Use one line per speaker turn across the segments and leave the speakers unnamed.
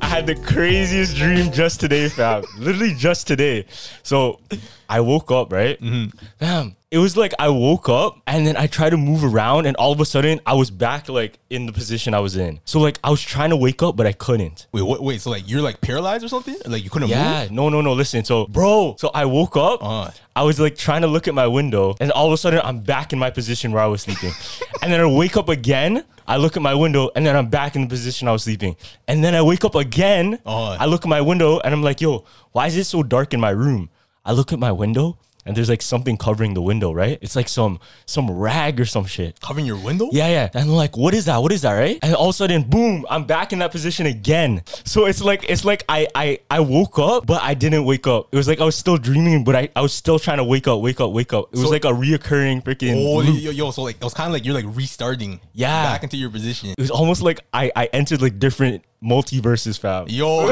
I had the craziest dream just today, fam. Literally just today. So I woke up, right? Damn. It was like I woke up and then I tried to move around, and all of a sudden I was back like in the position I was in. So like I was trying to wake up, but I couldn't.
Wait, what, wait. So like you're like paralyzed or something? Like you couldn't
Yeah,
move?
no, no, no. Listen, so bro, so I woke up.
Uh.
I was like trying to look at my window, and all of a sudden I'm back in my position where I was sleeping. and then I wake up again. I look at my window, and then I'm back in the position I was sleeping. And then I wake up again.
Uh.
I look at my window, and I'm like, yo, why is it so dark in my room? I look at my window, and there's like something covering the window, right? It's like some some rag or some shit.
Covering your window?
Yeah, yeah. And I'm like, what is that? What is that, right? And all of a sudden, boom, I'm back in that position again. So it's like it's like I I I woke up, but I didn't wake up. It was like I was still dreaming, but I, I was still trying to wake up, wake up, wake up. It was
So-
like a reoccurring freaking
Oh, yo,
loop.
yo, yo, so like it was kind of like you're like restarting.
Mm-hmm. Yeah.
Back into your position.
It was almost like I I entered like different multiverses, fam.
Yo.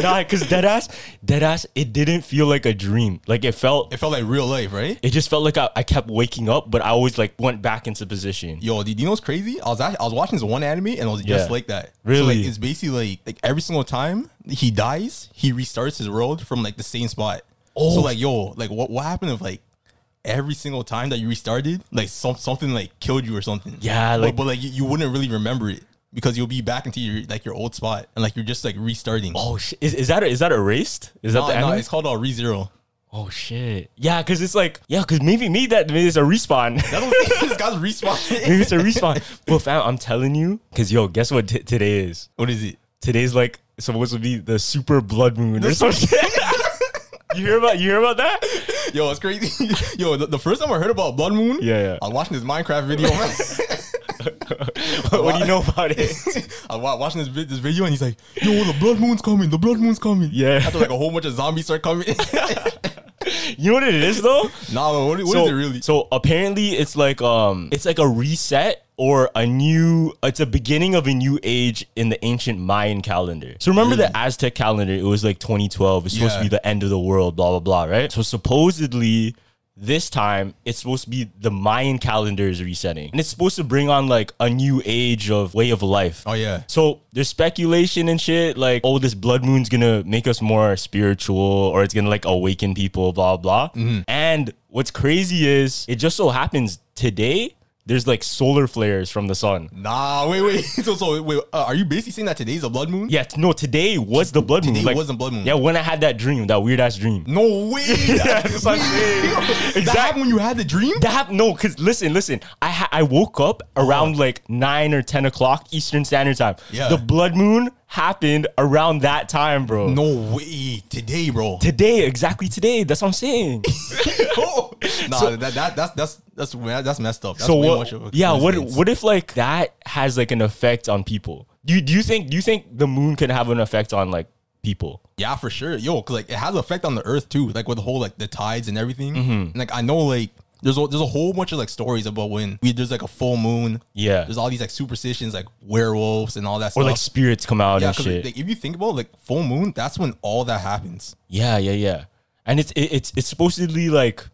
Nah, cause deadass, deadass, it didn't feel like a dream. Like it felt
it felt like real life, right?
it just felt like I, I kept waking up, but I always like went back into position.
Yo, do you know what's crazy? I was act- I was watching this one anime and it was just
Yeah.
like that. So
Really?
like it's basically like like every single time he dies, he restarts his world from like the same spot. Oh. So like yo, like what what happened if like every single time that you restarted, like some something like killed you or something?
Yeah,
But-
like-
but, like you, you wouldn't really remember it because you'll be back into your like your old spot and like you're just like restarting.
Oh shit! Is, is that is that erased? Is that
no,
the
no,
anime?
it's called a rezero.
Oh shit! Yeah, because it's like yeah, because maybe maybe that maybe it's a respawn.
That's what I'm saying. this guy's respawning.
maybe it's a respawn. But fam, I'm telling you, because yo, guess what t- today is?
What is it?
Today's like supposed to be the super blood moon or some shit. you hear about you hear about that?
Yo, it's crazy. Yo, the, the first time I heard about Blood Moon,
Yeah, yeah.
I was watching this Minecraft video. man.
what, what do you know about it?
I was watching this, vi- this video and he's like, "Yo, the Blood Moon's coming. The Blood Moon's coming."
Yeah.
After like a whole bunch of zombies start coming.
You know what it is though?
nah, but what, what is
so,
it really?
So apparently it's like um it's like a reset or a new it's a beginning of a new age in the ancient Mayan calendar. So remember the Aztec calendar, it was like 2012. It's supposed
Yeah.
to be the end of the world, blah blah blah, right? So supposedly this time it's supposed to be the Mayan calendar is resetting. And it's supposed to bring on like a new age of way of life.
Oh, yeah.
So there's speculation and shit like, oh, this blood moon's gonna make us more spiritual or it's gonna like awaken people, blah, blah.
Mm-hmm.
And what's crazy is it just so happens today there's like solar flares from the sun.
Nah, wait, wait. So, so wait. Uh, are you basically saying that today's a Blood Moon?
Yeah, t- no, today was the blood moon.
Today was the blood moon.
Yeah, when I had that dream, that weird ass dream.
No way.
that's what I'm saying.
That
Exact-
happened when you had the dream.
That hap- no, cause listen, listen. I ha- I woke up
Oh.
around like nine or ten o'clock Eastern Standard Time.
Yeah.
The blood moon happened around that time, bro.
no way. Today, bro.
Today, exactly today. That's what I'm saying.
nah, that, that that's that's that's that's messed up. That's
so
way
what?
much of a
yeah. What?
coincidence.
What if like that has like an effect on people? Do you, do you think? Do you think the moon can have an effect on like people?
Yeah, for sure. Yo, cause like it has an effect on the earth too, like with the whole like the tides and everything.
Mm-hmm.
And, like I know like there's a, there's a whole bunch of like stories about when we there's like a full moon.
Yeah.
There's all these like superstitions like werewolves and all that
Or
stuff.
like spirits come out
Uh, yeah,
and
cause
shit.
like if you think about like full moon, that's when all that happens.
yeah, yeah, yeah. And it's it, it's it's supposedly like.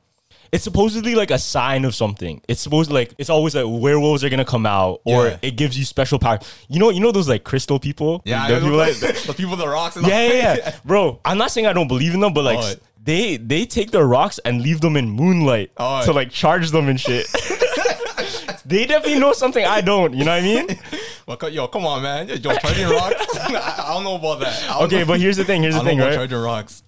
It's supposedly like a sign of something. It's supposed like it's always like werewolves are gonna come out, or
Yeah.
it gives you special power. You know, you know those like crystal people.
Yeah,
The people like-
the people that rocks. And
yeah,
all.
yeah, yeah. bro. I'm not saying I don't believe in them, but like
Alright.
s- they they take their rocks and leave them in moonlight
Alright.
to like charge them and shit. they definitely know something I don't. You know what I mean?
Well, co- yo, come on, man. Yo, charging rocks. I, I don't know about that. I don't
Okay,
know-
but here's the thing. Here's
I
the
don't
thing,
know
right?
about charging rocks.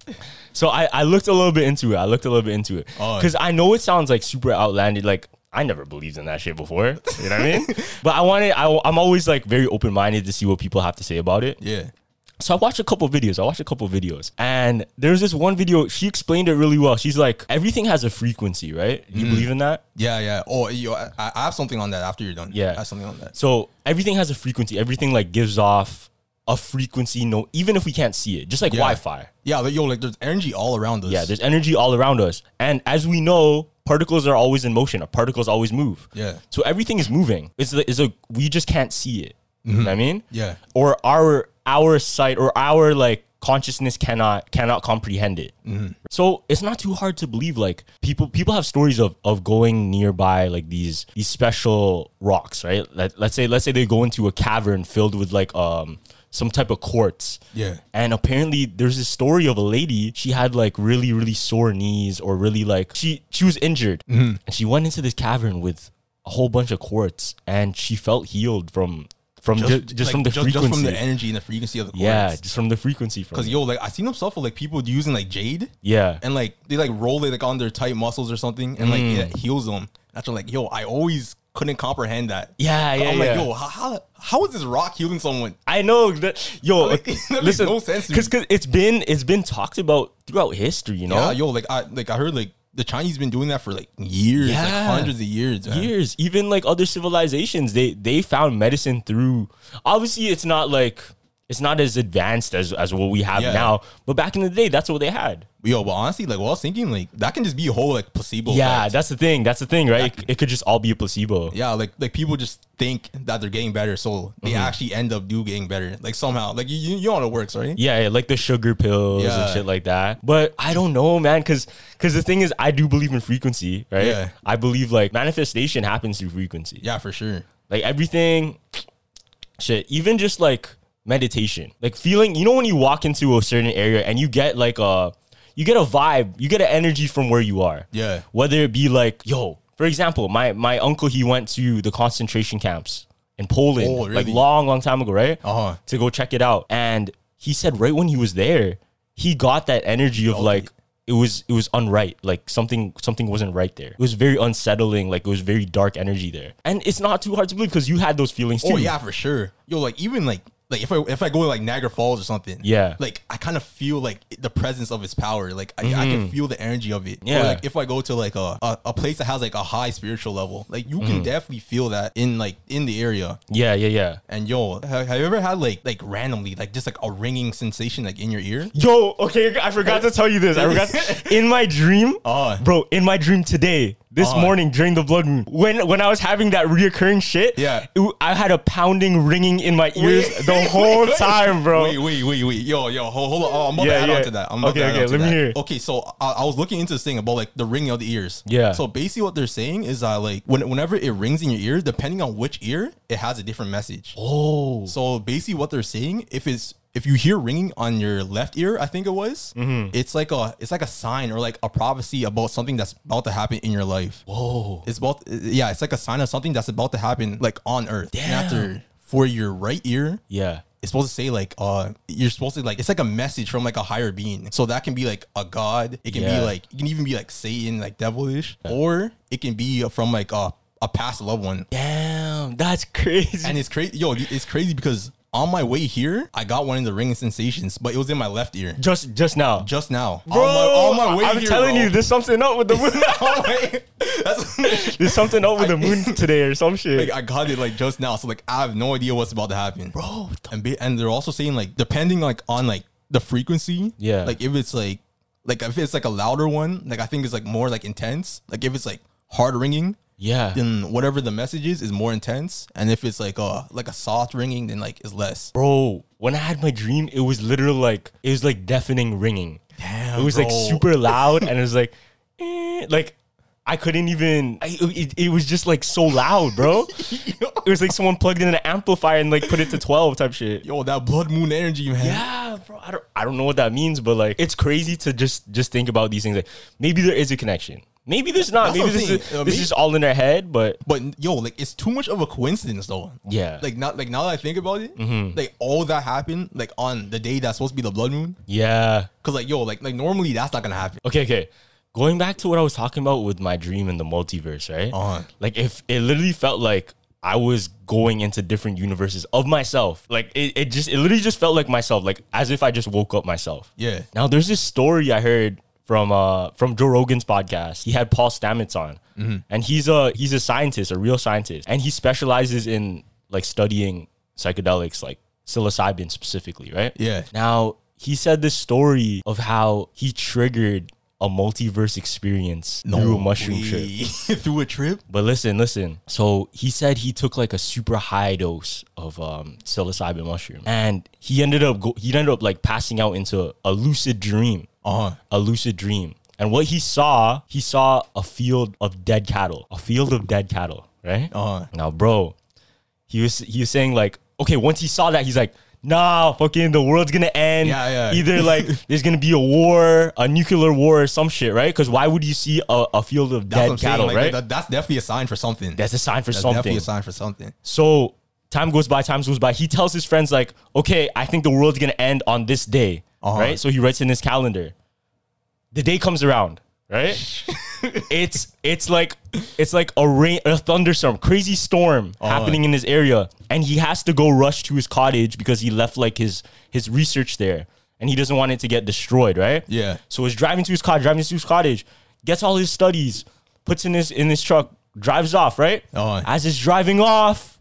so I I looked a little bit into it. I looked a little bit into it
Alright.
because I know it sounds like super outlandish. Like I never believed in that shit before. You know what I mean? But I wanted. I, I'm always like very open minded to see what people have to say about it.
Yeah.
So I watched a couple videos. I watched a couple videos, and there's this one video. She explained it really well. She's like, everything has a frequency, right? You believe in that?
Yeah, yeah. Oh, yo, I, I have something on that after you're done.
Yeah.
I have something on that.
So everything has a frequency. Everything like gives off a frequency. No, even if we can't see it, just like Wi-Fi.
Yeah, like, yo, like there's energy all around us.
Yeah, there's energy all around us, and as we know, particles are always in motion. Particles always move.
Yeah.
So everything is moving. It's the- it's a we just can't see it. You know what I mean?
Mm-hmm. Yeah.
Or our our sight or our like consciousness cannot cannot comprehend it.
Mm-hmm.
So it's not too hard to believe like people people have stories of of going nearby like these these special rocks, right? Let, let's say let's say they go into a cavern filled with like um some type of quartz.
Yeah.
And apparently there's this story of a lady, she had like really really sore knees or really like she she was injured
Mm-hmm.
and she went into this cavern with a whole bunch of quartz and she felt healed from from ju- just,
like,
from the frequency.
just from the energy and the frequency of the
yeah,
quartz.
just from the frequency from
Cause
it.
yo, like I seen them suffer like people using like jade
yeah.
and like they like roll it like on their tight muscles or something and like it
Mm.
heals them. That's what, like yo, I always couldn't comprehend that.
Yeah, yeah,
I'm
yeah.
like yo, how, how how is this rock healing someone?
I know that yo
That makes- that
listen
makes no sense to
cuz
me.
it's been it's been talked about throughout history, you know?
Yeah, yo, like I like I heard like the Chinese been doing that for like years, like
Yeah.
hundreds of years. man.
years even like other civilizations they they found medicine through obviously it's not like it's not as advanced as as what we have
Yeah.
now but back in the day that's what they had
Yo, but honestly, like what I was thinking, like that can just be a whole like placebo.
yeah
effect.
that's the thing that's the thing right it, it could just all be a placebo
yeah, like like people just think that they're getting better, so they
Mm-hmm.
actually end up do getting better. Like somehow, like you you, you know how it works, right?
Yeah, yeah, like the sugar pills and
Yeah.
shit like that. But I don't know, man, because because the thing is, I do believe in frequency, right?
Yeah.
I believe like manifestation happens through frequency.
Yeah, for sure.
Like everything, shit, even just like meditation, like feeling. You know when you walk into a certain area and you get like a you get a vibe, you get an energy from where you are.
Yeah.
Whether it be like, yo, for example, my my uncle he went to the concentration camps in Poland
Oh,
like
really?
long long time ago, right?
Uh-huh.
to go check it out. And he said right when he was there, he got that energy of like it was it was unright. Like something something wasn't right there. It was very unsettling. Like it was very dark energy there. And it's not too hard to believe because you had those feelings too.
Oh yeah, for sure. Yo, like even like like if I if I go to like Niagara Falls or something,
Yeah.
like I kind of feel like the presence of its power. Like I, I can feel the energy of it. Or,
Mm-hmm. Yeah.
like if I go to like a, a a place that has like a high spiritual level, like you
Mm-hmm.
can definitely feel that in like in the area.
Yeah, yeah, yeah.
And yo, ha- have you ever had like like randomly like just like a ringing sensation like in your ear?
Yo, okay, I forgot to tell you this. I forgot in my dream,
Uh.
bro. In my dream today, this
Uh.
morning during the blood moon, when when I was having that reoccurring shit,
Yeah.
it- I had a pounding ringing in my ears the whole time, bro.
Wait, wait, wait, wait. Yo, yo, hold, hold on. Oh, I'm about
Yeah,
to add
yeah.
on to that. I'm about
Okay,
to add
okay,
on to
let me
that.
hear.
Okay, so I, I was looking into this thing about like the ringing of the ears.
Yeah.
So basically, what they're saying is that like when, whenever it rings in your ear, depending on which ear, it has a different message.
Oh,
So basically, what they're saying, if it's if you hear ringing on your left ear, I think it was,
Mm-hmm.
it's like a it's like a sign or like a prophecy about something that's about to happen in your life.
whoa,
It's about yeah, it's like a sign of something that's about to happen like on Earth. And
Damn.
after for your right ear,
yeah.
it's supposed to say like uh you're supposed to like it's like a message from like a higher being so that can be like a god it can
Yeah.
be like it can even be like satan like devilish or it can be from like a, a past loved one
Damn, that's crazy.
and it's crazy yo it's crazy because on my way here i got one of the ringing sensations but it was in my left ear
just just now.
just now on my, on my way
I'm
here,
telling
bro.
you, there's something up with the moon.
On my- that's
there's something up with the moon today or some shit.
like I got it like just now, so like I have no idea what's about to happen, bro. And be, and they're also saying like depending like on like the frequency,
Yeah.
Like if it's like like if it's like a louder one, like I think it's like more like intense. Like if it's like hard ringing,
yeah.
then whatever the message is is more intense. And if it's like uh like a soft ringing, then like it's less.
Bro, when I had my dream, it was literally like it was like deafening ringing.
Damn,
it was like
bro.
super loud, and it was like, eh, like I couldn't even. I, it, it was just like so loud, bro. it was like someone plugged in an amplifier and like put it to twelve type shit.
Yo, that blood moon energy, man.
Yeah, bro. I don't, I don't know what that means, but like, it's crazy to just just think about these things. Like, maybe there is a connection. Maybe there's not.
That's
maybe
the
this is
thing. Uh,
this
me-
is all in their head. But
But yo, like it's too much of a coincidence though.
Yeah. Mm-hmm.
Like not like now that I think about it, like all that happened like on the day that's supposed to be the blood moon.
yeah,
Cause like yo, like like normally that's not gonna happen.
okay, okay. Going back to what I was talking about with my dream in the multiverse, right?
Uh-huh.
Like, if it literally felt like I was going into different universes of myself. Like it, it just it literally just felt like myself, like as if I just woke up myself.
Yeah.
Now there's this story I heard from uh from Joe Rogan's podcast. He had Paul Stamets on. And he's a he's a scientist, a real scientist. And he specializes in like studying psychedelics, like psilocybin specifically, right?
Yeah.
Now he said this story of how he triggered a multiverse experience through a mushroom trip.
through a trip.
But listen, listen. So he said he took like a super high dose of um, psilocybin mushroom, and he ended up go- he ended up like passing out into a lucid dream,
Uh huh.
a lucid dream. And what he saw, he saw a field of dead cattle, a field of dead cattle, right?
Uh huh.
Now, bro, he was he was saying like, okay, once he saw that, he's like, nah, fucking the world's gonna end.
Yeah, yeah.
Either like there's gonna be a war, a nuclear war or some shit, right? Because why would you see a, a field of
That's what I'm
dead
saying,
cattle,
like,
right?
that- that's definitely a sign for something.
That's a sign for
That's
something.
definitely a sign for something.
So time goes by, time goes by. He tells his friends like, "Okay, I think the world's gonna end on this day,
Uh-huh.
right?" So he writes in his calendar. The day comes around, right? it's it's like it's like a rain, a thunderstorm, crazy storm
Uh-huh.
happening in his area, and he has to go rush to his cottage because he left like his his research there, and he doesn't want it to get destroyed, right?
Yeah.
So he's driving to his car, driving to his cottage, gets all his studies, puts in his in his truck, drives off, right?
Oh.
As he's driving off,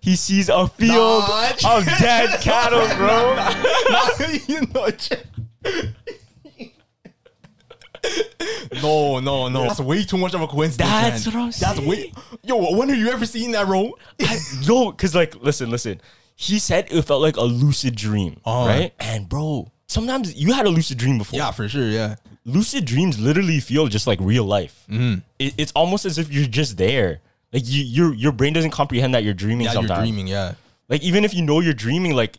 he sees a field
Nah.
of dead cattle, bro.
you know, ch- no, no, no. That's way too much of a coincidence.
That's
man.
what I'm
That's way. Yo, when have you ever seen that, bro?
Yo, cause like, listen, listen. He said it felt like a lucid dream,
Oh.
right? And bro, sometimes you had a lucid dream before.
yeah, for sure. Yeah.
Lucid dreams literally feel just like real life.
Mm-hmm.
It- it's almost as if you're just there. Like you, your your brain doesn't comprehend that you're dreaming
Yeah,
sometimes.
you're dreaming. Yeah.
like even if you know you're dreaming like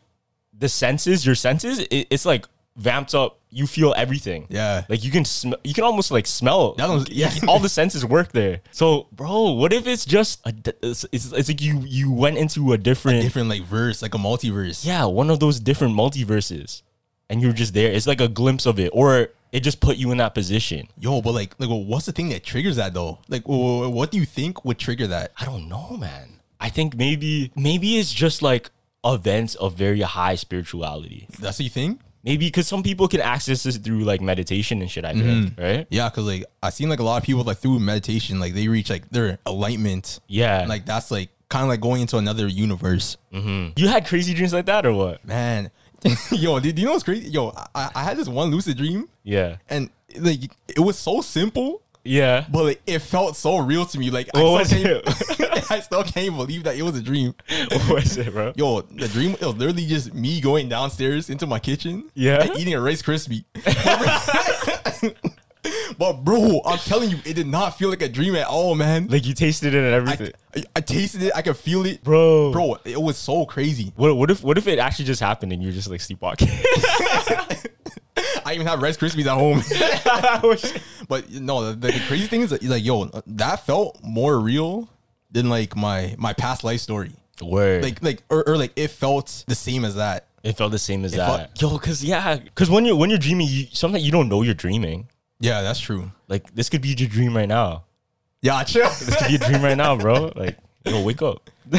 the senses your senses it, it's like vamped up you feel everything
Yeah.
like you can sm- you can almost like smell
That one's- yeah.
all the senses work there so bro what if it's just a d- it's, it's, it's like you you went into a different,
Different like verse, like a multiverse.
yeah one of those different multiverses and you're just there it's like a glimpse of it or it just put you in that position
Yo, but like, like, well, what's the thing that triggers that though? Like, wh- wh- what do you think would trigger that?
I don't know, man. I think maybe maybe it's just like events of very high spirituality.
That's what you think?
maybe because some people can access this through like meditation and shit. I've heard, right?
Yeah, because like I seen like a lot of people like through meditation, like they reach like their enlightenment.
Yeah,
And, like that's like kind of like going into another universe.
Mm. you had crazy dreams like that or what?
Man, yo, did you know what's crazy? Yo, I, I had this one lucid dream,
Yeah,
and like it was so simple,
yeah.
but like it felt so real to me. Like
What
I, still
was
can't- I still can't believe that it was a dream.
what was it, bro?
Yo, the dream it was literally just me going downstairs into my kitchen,
Yeah.
and eating a Rice Krispie. but bro, I'm telling you, it did not feel like a dream at all, man.
Like you tasted it and everything,
I, I, I tasted it, I could feel it,
bro.
Bro, it was so crazy.
What, what if what if it actually just happened and you're just like sleepwalking?
I even have Rice Krispies at home.
Oh, shit.
But no, the, the crazy thing is that, like, yo, that felt more real than like my my past life story.
Word.
Like, like, or, or like, it felt the same as that.
it felt the same as
felt-
that. Yo, cause yeah, cause when you're when you're dreaming, you sometimes you don't know you're dreaming.
Yeah, that's true.
Like this could be your dream right now.
Yeah, chill.
This could be your dream right now, bro. Like, yo, wake up.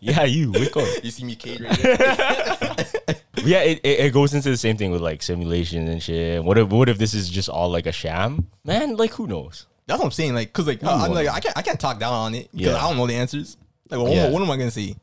yeah, you wake up.
you see me catering. Right
yeah, it, it, it goes into the same thing with like simulation and shit. What if what if this is just all like a sham? Man, like who knows?
that's what I'm saying. Like, cause like, I, am like, I can't, I can't talk down on it because
Yeah.
I don't know the answers. Like, what,
Yeah.
what am I gonna say?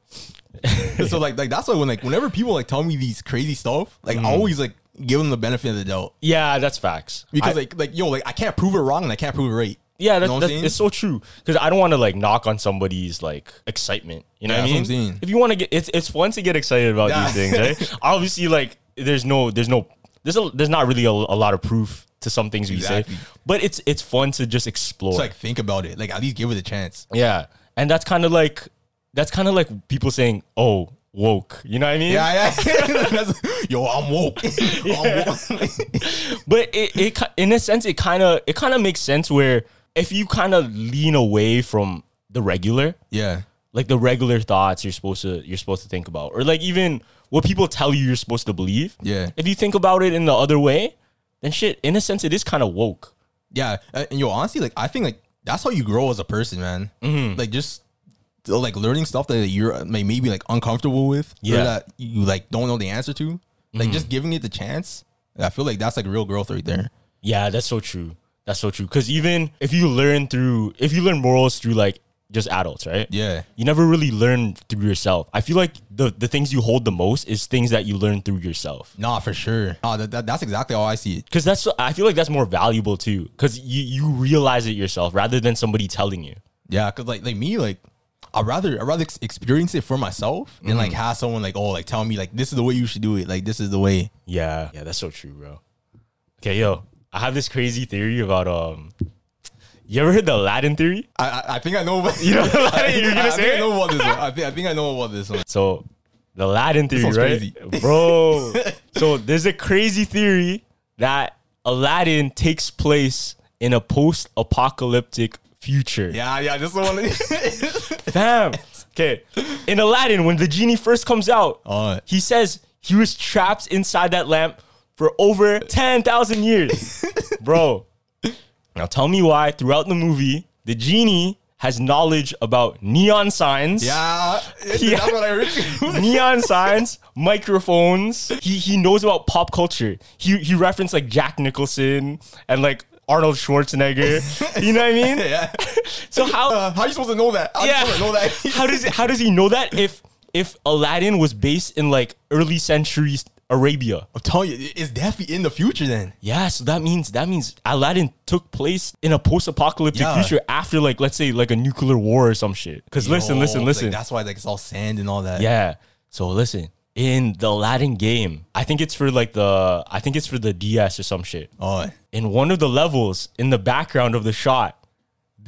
so like, like that's why when like whenever people like tell me these crazy stuff, like
Mm.
I always like give them the benefit of the doubt
Yeah, that's facts.
because
I-
like, like yo, like I can't prove it wrong and I can't prove it right.
yeah, that's,
know what I'm
that's
saying?
it's so true. Because I don't want to like knock on somebody's like excitement. You know
Yeah,
what I mean?
that's what I'm saying.
If you want to get, it's it's fun to get excited about
Yeah.
these things, right? Obviously, like there's no there's no there's a, there's not really a, a lot of proof to some things we
Exactly.
say, but it's it's fun to just explore.
Just like think about it. Like at least give it a chance.
yeah, and that's kind of like that's kind of like people saying, "Oh, woke." You know what I mean?
Yeah, yeah. That's- yo, I'm woke. I'm woke.
but it, it ki- in a sense it kind of it kind of makes sense where if you kind of lean away from the regular
yeah.
like the regular thoughts you're supposed to you're supposed to think about or like even what people tell you you're supposed to believe
Yeah.
if you think about it in the other way then shit in a sense it is kind of woke Mm-hmm.
Yeah. And and yo, honestly, like I think like that's how you grow as a person, man. Like just so, like learning stuff that you're uh, may- maybe like uncomfortable with,
Yeah. Mm-hmm.
or that you like don't know the answer to, like just giving it the chance. I feel like that's like real growth right there.
Yeah, that's so true. That's so true. Because even if you learn through, if you learn morals through like just adults, right?
Yeah.
You never really learn through yourself. I feel like the the things you hold the most is things that you learn through yourself.
Nah, for sure. Nah, that, that, that's exactly how I see it.
Because that's I feel like that's more valuable too. Because you you realize it yourself rather than somebody telling you.
Yeah, cause like like me, like I rather I rather ex- experience it for myself than
Mm-hmm.
like have someone like oh like tell me like this is the way you should do it. Like this is the way.
Yeah, yeah, that's so true, bro. Okay, yo, I have this crazy theory about um. You ever heard the Aladdin theory?
I I, I think I know. What,
You know what
I
Aladdin-
think-
you're gonna
I
say
think I
it?
know about this one. I think I think I know about this one.
So the Aladdin theory,
sounds
right?
crazy.
Bro. so there's a crazy theory that Aladdin takes place in a post-apocalyptic future.
Yeah, yeah, this is the one.
Damn. Okay. In Aladdin, when the genie first comes out,
Oh.
he says he was trapped inside that lamp for over 10,000 years. Bro. Now tell me why throughout the movie, the genie has knowledge about neon signs.
yeah,
Yeah.
that's what I heard. too.
neon signs, microphones. He he knows about pop culture. He he referenced like Jack Nicholson and like Arnold Schwarzenegger. You know what I mean?
yeah.
So how
Uh, how you supposed to know that? How
yeah
you supposed to know that?
how does how does he know that if if Aladdin was based in like early century Arabia?
I'm telling you, it's definitely in the future then.
Yeah, so that means that means Aladdin took place in a post-apocalyptic
Yeah.
future after like let's say like a nuclear war or some shit. Cuz listen,
Yo,
listen,
like,
listen.
that's why like it's all sand and all that.
Yeah. So listen, in the Aladdin game, I think it's for like the I think it's for the DS or some shit.
Oh,
In one of the levels, in the background of the shot,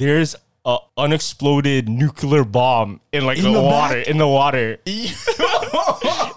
there's a unexploded nuclear bomb in like the,
the
water. In the water.
that's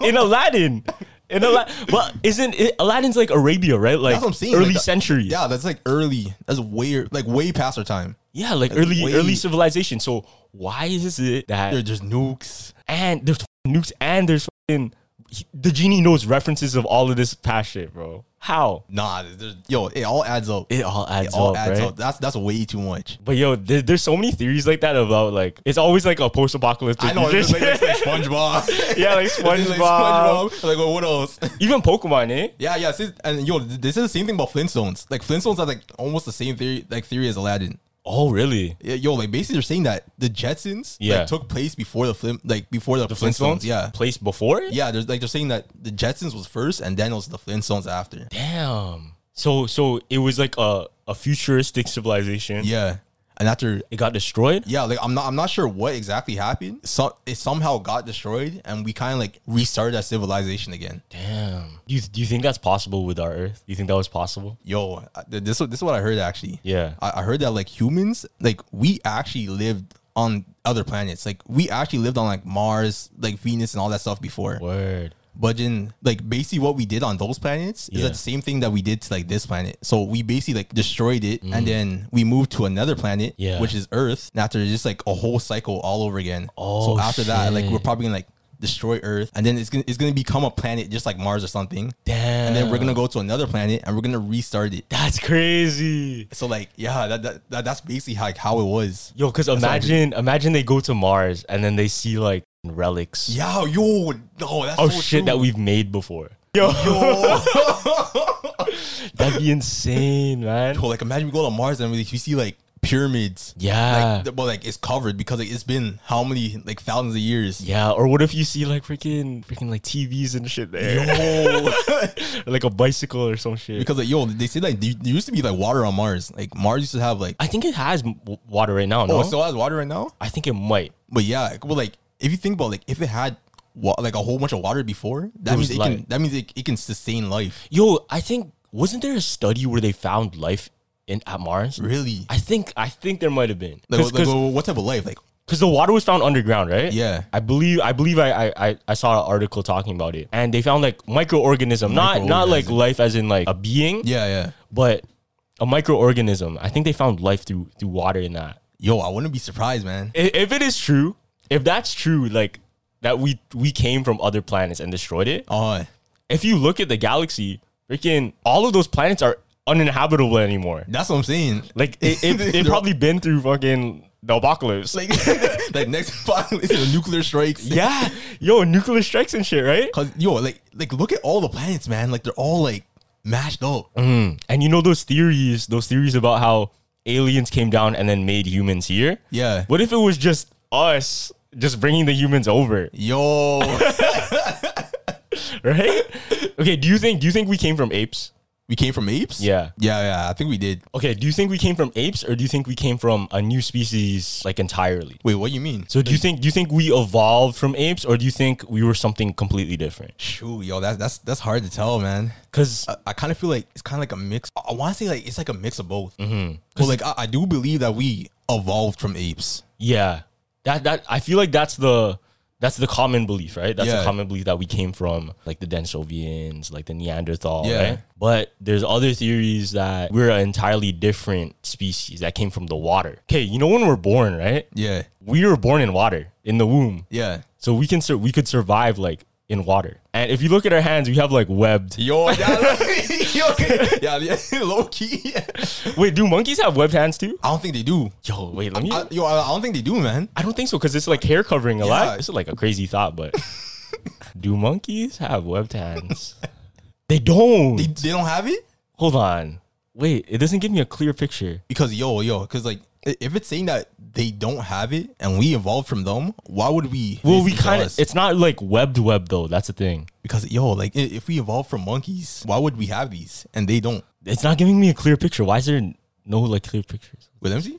In Aladdin. In Aladdin. But isn't it, Aladdin's like Arabia, right? Like
what I'm saying.
early
like, that-
century.
Yeah, that's like early. That's way like way past our time.
Yeah, like early
way-
early civilization. So why is it that
There, there's nukes.
and there's f***ing nukes and there's f***ing, he- the genie knows references of all of this past shit, bro. How?
Nah, there's, yo, it all adds up.
It all adds
all
up,
adds
right?
up. That's that's way too much.
But yo, there, there's so many theories like that about like it's always like a post-apocalyptic.
I know. It's
future.
like, it's like SpongeBob.
yeah, like
It's
SpongeBob,
like SpongeBob. Like, well, what else?
even Pokemon, eh?
Yeah, yeah. Since, and yo, th- this is the same thing about Flintstones. Like Flintstones are like almost the same theory, like theory as Aladdin.
Oh, really?
Yeah, Yo, like basically they're saying that the Jetsons
Yeah.
like, took place before the Flint, like before the, Flintstones. Yeah,
placed before it.
yeah. There's like they're saying that the Jetsons was first, and then it was the Flintstones after.
Damn. So so it was like a a futuristic civilization.
Yeah, and after
It got destroyed.
yeah, like I'm not I'm not sure what exactly happened. So it somehow got destroyed, and we kind of like restarted that civilization again.
Damn. Do you do you think that's possible with our Earth? Do you think that was possible?
Yo, I- th- this is- this is what I heard actually.
Yeah.
I, I heard that like humans, like we actually lived on other planets. Like we actually lived on like Mars, like Venus, and all that stuff before.
Word.
But in like basically what we did on those planets is
Yeah.
that the same thing that we did to like this planet. So we basically like destroyed it, and then we moved to another planet,
Yeah.
which is Earth. And after just like a whole cycle all over again.
Oh,
so after that, like we're
shit.
probably gonna like destroy Earth, and then it's gonna it's gonna become a planet just like Mars or something.
Damn.
And then we're gonna go to another planet and we're gonna restart it.
That's crazy.
So like, yeah, that, that, that that's basically like how it was.
Yo, cause
what I
imagine imagine they go to Mars and then they see like relics
Yeah, yo, no, that's
of
so
shit that
true.
we've made before. Yo,
yo,
that'd be insane, man.
Yo, like imagine we go to Mars and we, we see like pyramids.
Yeah.
like, th- but like it's covered because like, it's been how many like thousands of years.
yeah, or what if you see like freaking freaking like TVs and shit there?
Yo,
Or, like a bicycle or some shit.
because like yo, they say like there there used to be like water on Mars. Like Mars used to have like
I think it has m- w- water right now, no?
oh, it still has water right now.
I think it might.
But yeah, well, like if you think about like if it had wa- like a whole bunch of water before, that
It was
means it
life.
can that means it, it can sustain life.
Yo, I think wasn't there a study where they found life in at Mars?
Really?
I think I think there might have been.
Like,
Cause,
what- like,
'cause-
what type of life? Like
because the water was found underground, right?
Yeah.
I believe I believe I I, I- I saw an article talking about it, and they found like microorganism, not not like
Microorganism.
life as in like a being,
yeah, yeah.
but a microorganism. I think they found life through through water in that.
Yo, I wouldn't be surprised, man.
I- If it is true, if that's true, like that we we came from other planets and destroyed it.
Uh,
If you look at the galaxy, freaking all of those planets are uninhabitable anymore.
that's what I'm saying.
Like it, it,
They're-
it probably been through fucking the apocalypse.
Like, like next final is the nuclear strikes.
yeah, yo, nuclear strikes and shit, right?
Cause yo, like, like look at all the planets, man. Like they're all like mashed up.
And you know those theories, those theories about how aliens came down and then made humans here.
Yeah.
What if it was just us, just bringing the humans over,
Yo,
right? okay. Do you think? Do you think we came from apes?
we came from apes.
Yeah.
yeah, yeah. I think we did.
Okay. Do you think we came from apes, or do you think we came from a new species, like entirely?
Wait, what do you mean?
So do you think? Do you think we evolved from apes, or do you think we were something completely different?
Shoot, yo, that's that's that's hard to tell, man.
Because
I, I kind of feel like it's kind of like a mix. I, want to say like it's like a mix of both. Mm-hmm. But like I, I do believe that we evolved from apes.
Yeah. That that I feel like that's the that's the common belief, right? That's
Yeah.
the common belief that we came from like the Denisovians, like the Neanderthal,
Yeah.
right? But there's other theories that we're an entirely different species that came from the water. Okay, you know when we're born, right?
Yeah,
We were born in water in the womb.
yeah.
So we can sur- we could survive like in water. And if you look at our hands, we have like webbed.
Yo, yeah, yo, yeah, yeah, low key.
Wait, do monkeys have webbed hands too?
I don't think they do.
Yo, wait, let me
I, yo, I, I don't think they do, man.
I don't think so because it's like hair covering a
Yeah.
lot. This is like a crazy thought, but do monkeys have webbed hands? they don't.
They, they don't have it
Hold on. Wait, it doesn't give me a clear picture.
because yo, yo, because like i- if it's saying that they don't have it and we evolved from them, why would we?
Well,
it's
we kind of,
because-
it's not like webbed web though. That's the thing.
because yo, like i- if we evolved from monkeys, why would we have these and they don't?
It's not giving me a clear picture. Why is there no like clear pictures?
With them, see?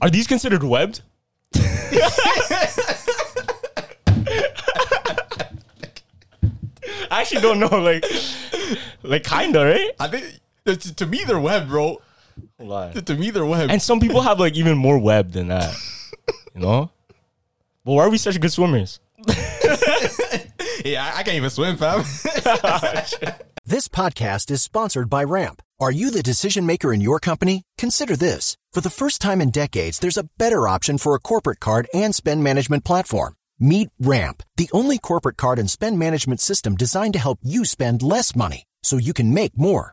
Are these considered webbed? I actually don't know. Like, like kinda, right?
I think to, to me they're web, bro.
Hold on.
To me they're web.
And some people have like even more web than that. You know? But why are we such good swimmers?
yeah, I, I can't even swim, fam.
This podcast is sponsored by Ramp. Are you the decision maker in your company? Consider this. For the first time in decades, there's a better option for a corporate card and spend management platform. Meet Ramp, the only corporate card and spend management system designed to help you spend less money so you can make more.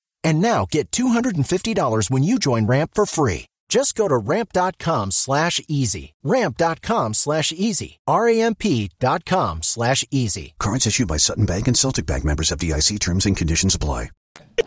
And now get $250 when you join Ramp for free. Just go to ramp.com slash easy. Ramp.com slash easy. R-A-M-P dot com slash easy.
Cards issued by Sutton Bank and Celtic Bank members of DIC terms and conditions apply.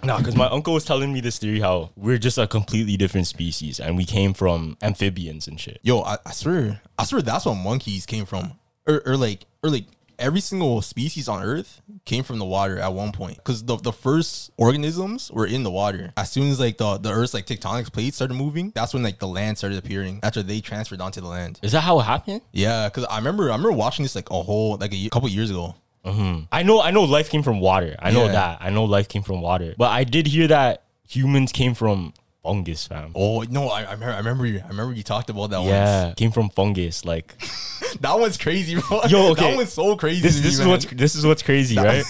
Nah, because my uncle was telling me this theory how we're just a completely different species and we came from amphibians and shit.
yo, I, I swear, I swear that's where monkeys came from, or, or like, or like every single species on Earth came from the water at one point, because the, the first organisms were in the water. As soon as like the the Earth's like tectonic plates started moving, that's when like the land started appearing after they transferred onto the land.
Is that how it happened?
Yeah, because I remember I remember watching this like a whole like a ye- couple years ago.
I know I know life came from water. I know
Yeah.
that. I know life came from water. But I did hear that humans came from fungus, fam.
Oh no, I, I remember I remember you I remember you talked about that
yeah. Came from fungus. Like
once. That one's crazy, bro.
Yo, okay.
that one's so crazy.
this
to
this
me,
is
man.
what's this is what's crazy, right?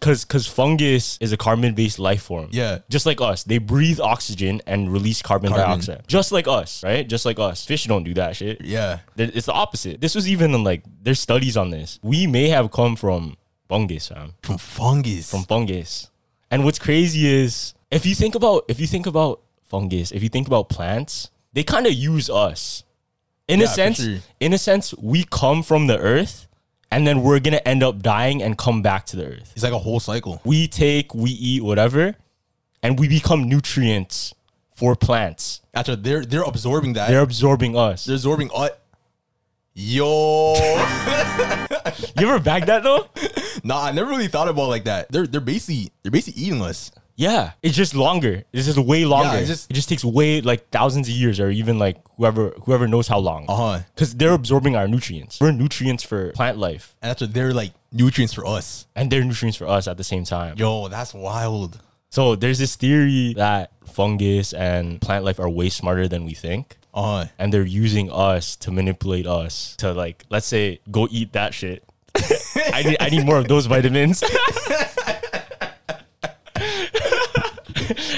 Cause cause fungus is a carbon based life form.
Yeah.
Just like us. They breathe oxygen and release carbon,
Carbon.
dioxide. Just like us, right? Just like us. Fish don't do that shit.
yeah.
They're- It's the opposite. This was even in like there's studies on this. We may have come from fungus, fam.
From fungus.
From fungus. And what's crazy is if you think about if you think about fungus, if you think about plants, they kind of use us. In
Yeah,
a
for
sense,
sure.
in a sense, we come from the earth and then we're gonna end up dying and come back to the earth
it's like a whole cycle.
we take, we eat, whatever, and we become nutrients for plants.
After they're they're absorbing that.
They're absorbing us.
They're absorbing all. Yo,
You ever bag that though?
nah, I never really thought about it like that. They're they're basically they're basically eating us.
Yeah, it's just longer. It's just way longer.
it's just-
it just takes way like thousands of years, or even like whoever whoever knows how long.
Uh huh.
Because they're absorbing our nutrients. We're nutrients for plant life,
And after they're like nutrients for us.
and they're nutrients for us at the same time.
Yo, that's wild.
So there's this theory that fungus and plant life are way smarter than we think.
Uh,
and they're using us to manipulate us to like let's say go eat that shit. I need I need more of those vitamins.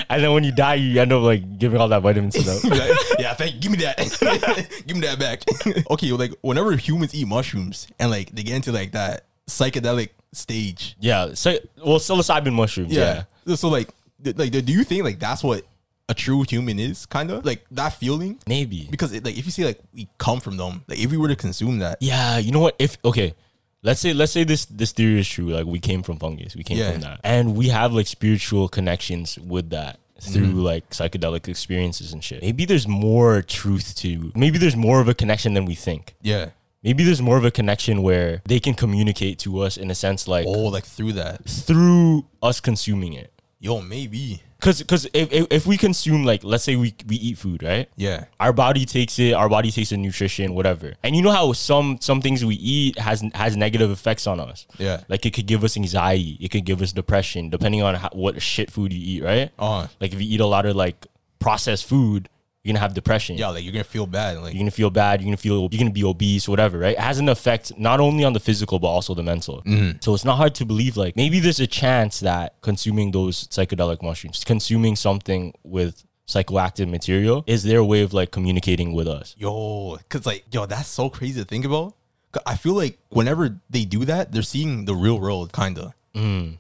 and then when you die, you end up like giving all that vitamins to them.
Like, yeah, thank. Give me that. give me that back. okay, like whenever humans eat mushrooms and like they get into like that psychedelic stage.
Yeah, so well psilocybin mushrooms. Yeah,
So like, th- like, do you think like that's what a true human is? Kind of like that feeling.
maybe.
Because it, like, if you say like we come from them, like if we were to consume that,
yeah, you know what? If okay, let's say let's say this this theory is true. Like we came from fungus, we came
Yeah.
from that, and we have like spiritual connections with that through
Mm-hmm.
like psychedelic experiences and shit. Maybe there's more truth to. Maybe there's more of a connection than we think.
yeah.
Maybe there's more of a connection where they can communicate to us in a sense, like
Oh, like through that.
through us consuming it.
Yo, maybe.
Because because if, if if we consume like let's say we we eat food right,
Yeah.
our body takes it our body takes the nutrition whatever and you know how some some things we eat has has negative effects on us
Yeah.
like it could give us anxiety it could give us depression depending on how, what shit food you eat right
Uh-huh.
like if you eat a lot of like processed food you're gonna have depression
Yeah, like you're gonna feel bad. Like
you're gonna feel bad you're gonna feel you're gonna be obese whatever right it has an effect not only on the physical but also the mental so it's not hard to believe like maybe there's a chance that consuming those psychedelic mushrooms consuming something with psychoactive material is their way of like communicating with us
Yo, cause like yo, that's so crazy to think about. 'Cause I feel like whenever they do that, they're seeing the real world, kinda.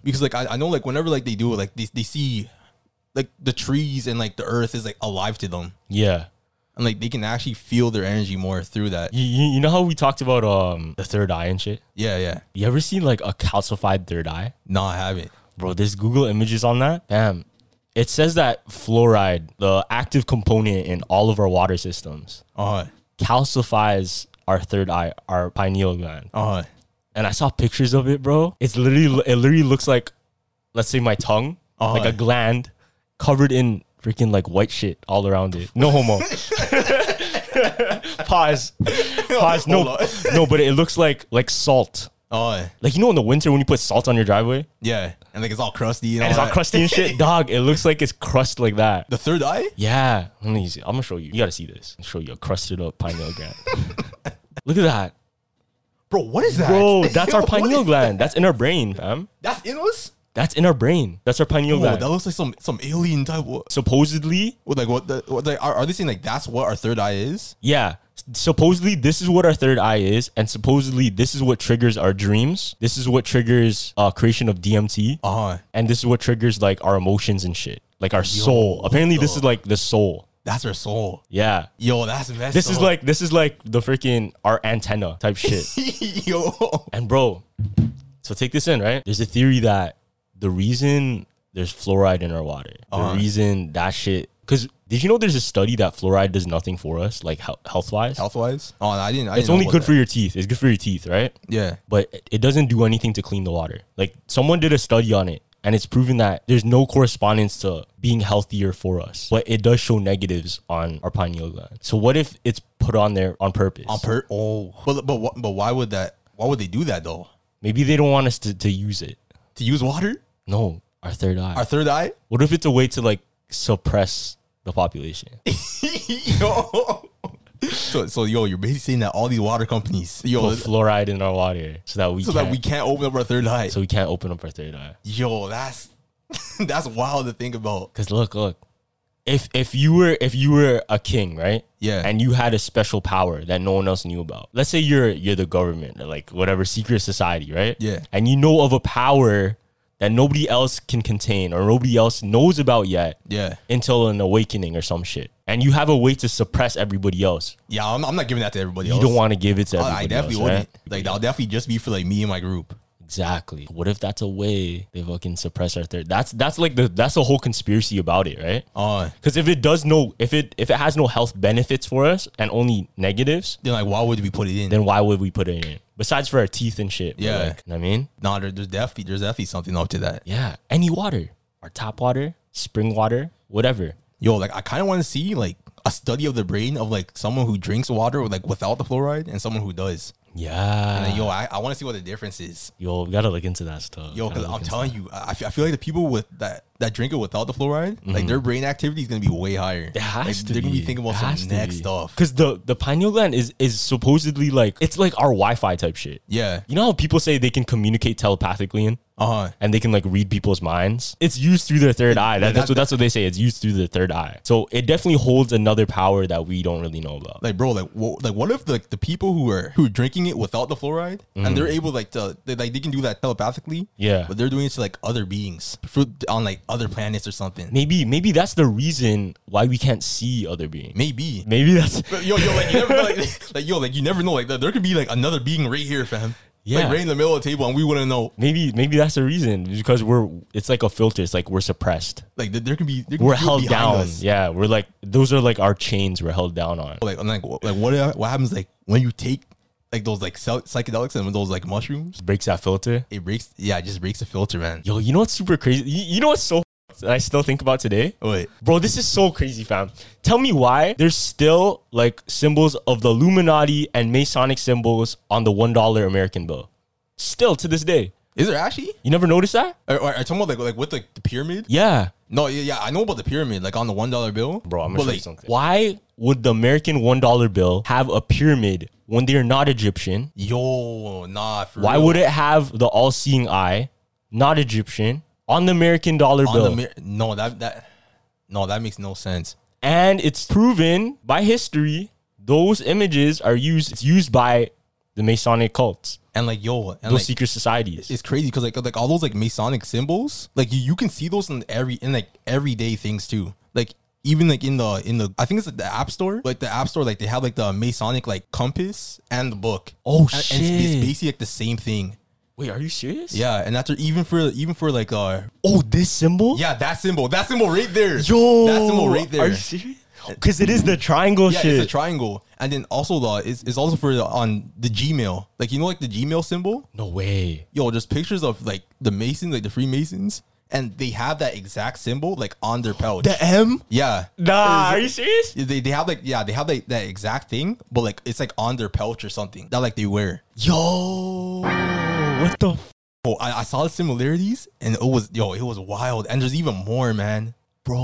Because like I, I know like whenever like they do it, like they they see like the trees and like the earth is like alive to them,
yeah
and like they can actually feel their energy more through that.
you, you, you know how we talked about um the third eye and shit
Yeah, yeah.
you ever seen like a calcified third eye
No, I haven't.
bro there's google images on that damn it says that fluoride the active component in all of our water systems
Uh,
calcifies our third eye, our pineal gland.
uh,
And I saw pictures of it, bro. It's literally, it literally looks like, let's say my tongue,
Oh,
like
yeah.
a gland covered in freaking like white shit all around it. No homo. Pause. Pause. No,
Hold
no, but it looks like like salt.
uh,
Like you know, in the winter when you put salt on your driveway
yeah. And like it's all crusty and,
and it's all
that.
crusty and shit, dog. It looks like it's crust like that.
The third eye.
Yeah, let me see. I'm gonna show you. You gotta see this. I'll show you a crusted up pineal gland. Look at that.
Bro, what is that?
Bro, that's our
Yo, what
pineal
is-
gland. That's in our brain, fam.
That's in us.
That's in our brain. That's our pineal
Whoa,
gland.
that looks like some some alien type. What,
supposedly,
what, like what? The, what like, are, are they saying like that's what our third eye is?
yeah. s- Supposedly, this is what our third eye is, and supposedly, this is what triggers our dreams. This is what triggers uh, creation of DMT,
Uh huh.
and this is what triggers like our emotions and shit, like our soul. Apparently, this is like the soul.
That's her soul.
Yeah,
Yo, that's messed
this is
up.
like this is like the freaking our antenna type shit.
yo.
And bro, so take this in, right? There's a theory that the reason there's fluoride in our water, the
Uh-huh.
reason that shit, because did you know there's a study that fluoride does nothing for us, like health wise?
Health wise, oh, I didn't. I
It's
didn't
only
know
good
about
for your teeth. It's good for your teeth, right?
that. Yeah.
But it- it doesn't do anything to clean the water. Like someone did a study on it. And it's proven that there's no correspondence to being healthier for us, but it does show negatives on our pineal gland. So what if it's put on there on purpose?
On per. Oh, but but wh- but why would that? Why would they do that though?
Maybe they don't want us to, to use it.
To use water?
No, our third eye.
Our third eye?
What if it's a way to like suppress the population?
yo. so so yo, you're basically saying that all these water companies, yo,
Put fluoride in our water so that we
so
can't,
that we can't open up our third eye.
so we can't open up our third eye.
yo, that's that's wild to think about.
Cause look, look, if if you were if you were a king, right?
Yeah.
And you had a special power that no one else knew about. Let's say you're you're the government or like whatever secret society, right?
Yeah.
And you know of a power that nobody else can contain or nobody else knows about yet.
Yeah.
Until an awakening or some shit. And you have a way to suppress everybody else.
Yeah, I'm, I'm not giving that to everybody
You
else. Oh,
don't want to give it to
I-
everybody
I definitely
else,
wouldn't.
right?
Like that'll definitely just be for like me and my group.
Exactly. What if that's a way they fucking suppress our third? That's that's like the that's the whole conspiracy about it, right?
Uh,
Because if it does no, if it if it has no health benefits for us and only negatives,
then like why would we put it in?
then why would we put it in? Besides for our teeth and shit. but
Yeah.
like, you know what I mean,
Nah, there, there's definitely there's definitely something up to that.
yeah. Any water, our tap water, spring water, whatever.
Yo, like I kind of want to see like a study of the brain of like someone who drinks water like without the fluoride and someone who does.
Yeah.
Like, yo, I, I want to see what the difference is.
Yo, we gotta look into that stuff. Gotta
Yo, because
look
I'm
into
telling you, I I feel, I feel like the people with that that drink it without the fluoride, like their brain activity is gonna be way higher.
Mm-hmm. It has
like,
to
they're
be.
gonna be thinking about
It has
some
to
next
be.
stuff.
Cause the the pineal gland is is supposedly like it's like our Wi-Fi type shit.
Yeah.
You know how people say they can communicate telepathically and
Uh huh.
and they can like read people's minds. It's used through their third eye. That-
that-
that's what that's what they say. It's used through the third eye. So it definitely holds another power that we don't really know about.
Like, bro, like, what, like, what if like the people who are who are drinking it without the fluoride and they're able like to they, like they can do that telepathically?
Mm. Yeah.
but they're doing it to like other beings for, on like other planets or something.
maybe maybe that's the reason why we can't see other beings.
Maybe.
Maybe that's
But yo, yo, like you never know, like, like yo, like you never know, like there- there could be like another being right here, fam.
Yeah.
like right in the middle of the table, and we wouldn't know.
maybe maybe that's the reason because we're it's like a filter. It's like we're suppressed.
Like there- there could be, there could
We're
be people
held
behind
down.
us.
Yeah, we're like those are like our chains. We're held down on.
Like, I'm like, wh- like what what happens like when you take like those like psy- psychedelics and those like mushrooms?
Breaks that filter.
It breaks, yeah, it just breaks the filter, man.
Yo, you know what's super crazy? You, you know what's so f- that I still think about today?
Wait,
Bro, this is so crazy, fam. Tell me why there's still like symbols of the Illuminati and Masonic symbols on the $1 American bill. Still to this day.
is there actually?
You never noticed that?
Are, are, are you talking about like like with like the pyramid?
Yeah.
No, yeah, yeah, I know about the pyramid, like on the one dollar bill,
Bro, I'm
But,
gonna show you
like,
something. Why would the American $1 bill have a pyramid when they are not Egyptian?
Yo, nah. For
Why
real.
would it have the all seeing eye, not Egyptian, on the American dollar
on
bill?
the mir- no that that no that makes no sense.
and it's proven by history those images are used it's used by the masonic cults
And like yo, and
those
like,
secret societies
it's crazy because like like all those like Masonic symbols, like you, you can see those in every in like everyday things too. Like even like in the in the I think it's like the app store, like the app store, like they have like the Masonic like compass and the book.
Oh,
and, And it's, it's
shit.
basically like the same thing.
wait are you serious
Yeah, and that's even for even for like uh
oh this symbol
yeah that symbol that symbol right there
yo
that symbol right there
are you serious because it is the triangle
yeah
shit
it's a triangle and then also the it's, it's also for the, on the Gmail like you know like the Gmail symbol
no way
yo, just pictures of like the Masons, like the Freemasons, and they have that exact symbol like on their pouch.
m
yeah.
nah are you serious
They, they have like yeah they have like that exact thing but like it's like on their pouch or something that like they wear.
yo what the f-
Oh, I, I saw the similarities and it was yo it was wild and there's even more man,
bro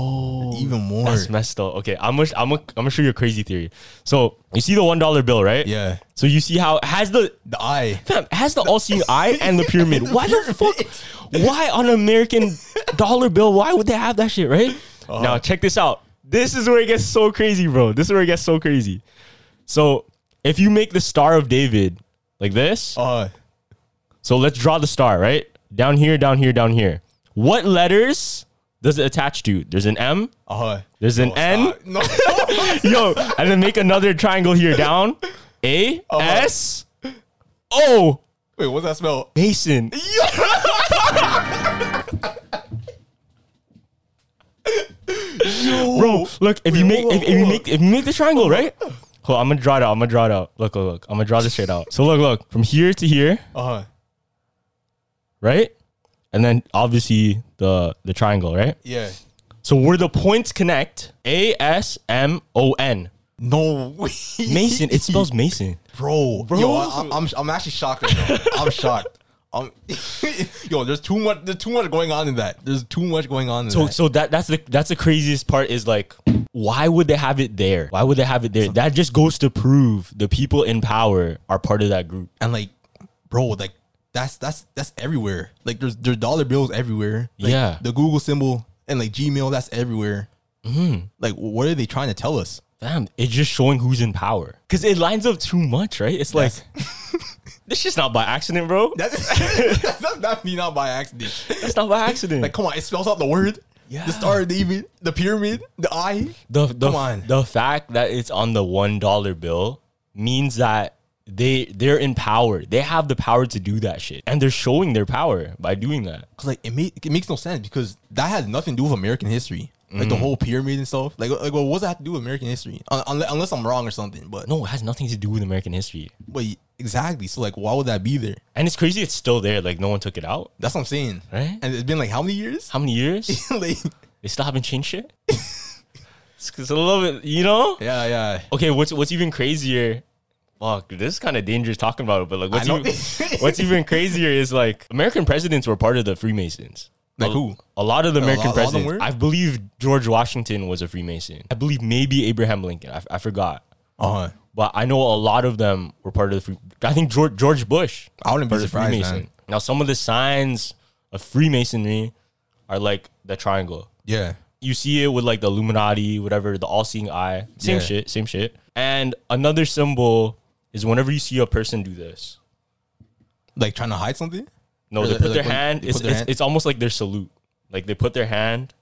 even more.
that's messed up okay i'm gonna i'm gonna I'm gonna show you a crazy theory so you see the one dollar bill right
yeah,
so you see how it has the
the eye.
Fam, it has the all-seeing eye and the pyramid.
The
why the fuck? Why on an American dollar bill? Why would they have that shit? Right
Uh-huh.
now, check this out. This is where it gets so crazy, bro. This is where it gets so crazy. So, if you make the Star of David like this,
Uh,
so let's draw the star right down here, down here, down here. What letters does it attach to? There's an M.
uh.
There's an N.
Uh, no, no.
Yo, and then make another triangle here down. A S O
Wait, what's that spell?
Mason. Bro, look, if you make if, if you make if you make the triangle, right? Hold on, I'm gonna draw it out. I'm gonna draw it out. Look, look, look. I'm gonna draw this straight out. So look, look, from here to here,
Uh,
right? And then obviously the the triangle, right?
yeah.
So where the points connect, A S M O N.
No way,
Mason, it spells Mason.
bro, bro. Yo, I, am I'm I'm actually shocked right now. I'm shocked. I'm, yo, there's too much. There's too much going on in that. There's too much going on in
So
that.
so that that's the that's the craziest part is like why would they have it there? Why would they have it there? That just goes to prove the people in power are part of that group.
and like, bro, like that's that's that's everywhere. Like there's there's dollar bills everywhere. Like,
Yeah.
the Google symbol and like Gmail, that's everywhere. Like, what are they trying to tell us?
Damn, it's just showing who's in power. Cause it lines up too much, right? It's like this shit's not by accident, bro.
That's that's definitely not by accident.
That's not by accident.
Like, come on, it spells out the word.
Yeah.
The star of David, the pyramid, the eye.
the the,
come on.
the fact that it's on the one dollar bill means that they they're in power. They have the power to do that shit. And they're showing their power by doing that.
Cause like it, ma- it makes no sense because that has nothing to do with American history, like the whole pyramid and stuff. Like, like well, what does that have to do with American history? Un- unle- unless I'm wrong or something, but
No, it has nothing to do with American history.
but exactly. So like, why would that be there?
And it's crazy it's still there. Like no one took it out.
That's what I'm saying.
Right.
And it's been like how many years?
How many years?
like,
they still haven't changed shit? it's, it's a little bit, you know?
yeah, yeah.
Okay, what's what's even crazier fuck, this is kind of dangerous talking about it. But like, what's
know.
even, what's even crazier is like American presidents were part of the Freemasons.
Like
a,
who?
A lot of the American
lot- a lot of them
presidents.
were?
I believe George Washington was a Freemason. I believe maybe Abraham Lincoln. I, I forgot.
Uh huh.
But I know a lot of them were part of the. Free, I think George, George Bush.
I wouldn't be
part of the
surprised,
Freemason.
man.
Now, some of the signs of Freemasonry are like the triangle
Yeah.
you see it with like the Illuminati, whatever, the all seeing eye. Same
Yeah.
shit, same shit. And another symbol is whenever you see a person do this.
Like trying to hide something.
No,
Or
they
the-
put
or
their
like when
hand,
they
it's,
put their
it's,
hand-
it's almost like their salute. Like they put their hand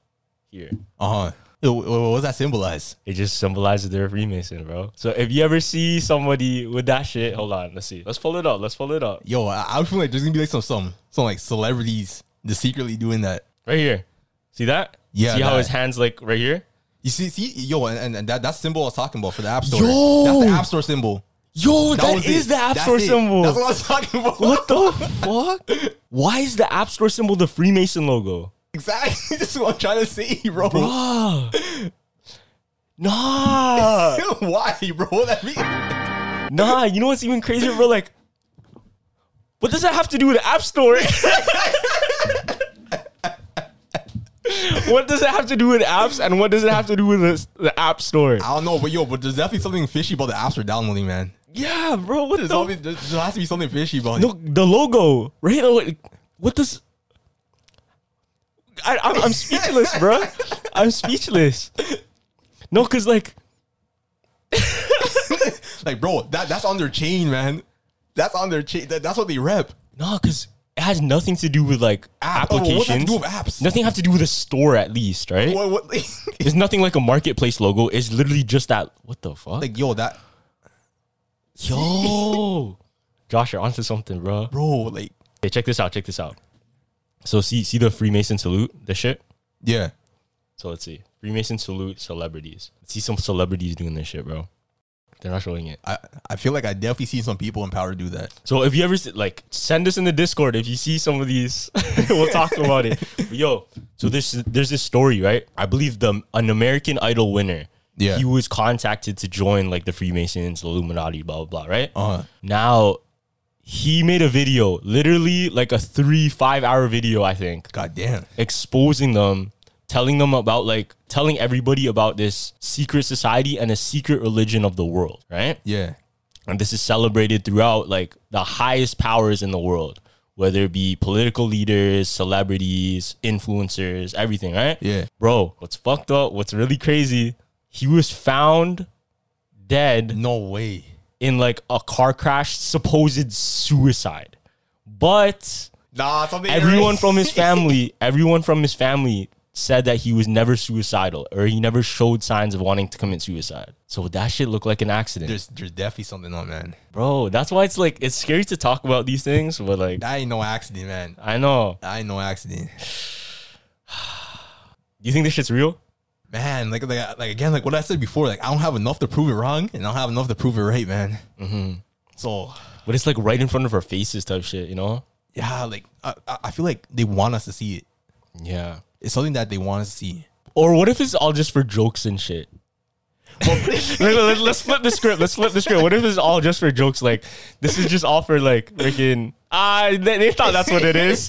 here.
Uh huh. What does that symbolize?
It just symbolizes they're a Freemason, bro. So if you ever see somebody with that shit, hold on, let's see. Let's pull it up. Let's pull it up.
Yo, I, I feel like there's gonna be like some some some like celebrities just secretly doing that.
Right here. See that?
Yeah,
See how
that.
his hand's like right here?
You see, see, yo, and, and, and that, that symbol I was talking about for the app store. That's the app store symbol.
Yo, that
was
is
it.
the App
That's
Store
it.
symbol.
That's what I was talking about.
what the fuck? Why is the App Store symbol the Freemason logo?
Exactly. This is what I'm trying to say, bro.
Ah. Nah,
Why, bro? That mean?
nah. You know what's even crazier, bro? Like, what does that have to do with the App Store? what does it have to do with apps, and what does it have to do with the, the App Store?
I don't know, but yo, but there's definitely something fishy about the app store downloading, man.
Yeah, bro. What is
There's always there there has to be something fishy about it.
no, the logo, right? Like, what does? I, I'm, I'm speechless, bro. I'm speechless. No, cause like,
Like, bro, that, that's on their chain, man. That's on their chain. That, that's what they rep.
No, because it has nothing to do with like
App- oh, well,
applications.
what does that do with apps?
Nothing have to do with a store, at least, right?
What, what,
It's nothing like a marketplace logo. It's literally just that. What the fuck?
like, yo, that,
yo, Josh, you're onto something, bro.
bro, like,
Okay, check this out. Check this out. So see, see the Freemason salute. This shit.
yeah.
So let's see. Freemason salute celebrities. see some celebrities doing this shit, bro. They're not showing it.
I, I feel like I definitely seen some people in power do that.
So if you ever see, like, send us in the Discord if you see some of these. we'll talk about it. But yo, so there's there's this story, right? I believe the an American Idol winner.
Yeah.
He was contacted to join like the Freemasons, Illuminati, blah blah blah, right?
Uh-huh.
Now he made a video, literally like a three, five hour video, I think,
God damn.
exposing them, telling them about like telling everybody about this secret society and a secret religion of the world, right?
Yeah.
and this is celebrated throughout like the highest powers in the world whether it be political leaders celebrities influencers everything right
Yeah.
bro what's fucked up what's really crazy he was found dead
No way.
in like a car crash supposed suicide but
Nah, something.
everyone from his family everyone from his family said that he was never suicidal or he never showed signs of wanting to commit suicide so that shit looked like an accident
There's, there's definitely something on, man.
Bro, that's why it's like it's scary to talk about these things, but like
That ain't no accident, man.
I know.
That ain't no accident.
You think this shit's real?
Man, like, like, like again, like what I said before, like I don't have enough to prove it wrong, and I don't have enough to prove it right, man. Mm-hmm. So
But it's like right in front of our faces type shit, you know?
yeah, like I, I I feel like they want us to see it.
Yeah.
It's something that they want us to see.
Or what if it's all just for jokes and shit? Let- let- Let's flip the script. Let's flip the script. What if it's all just for jokes? Like this is just all for like freaking ah they, they thought that's what it is.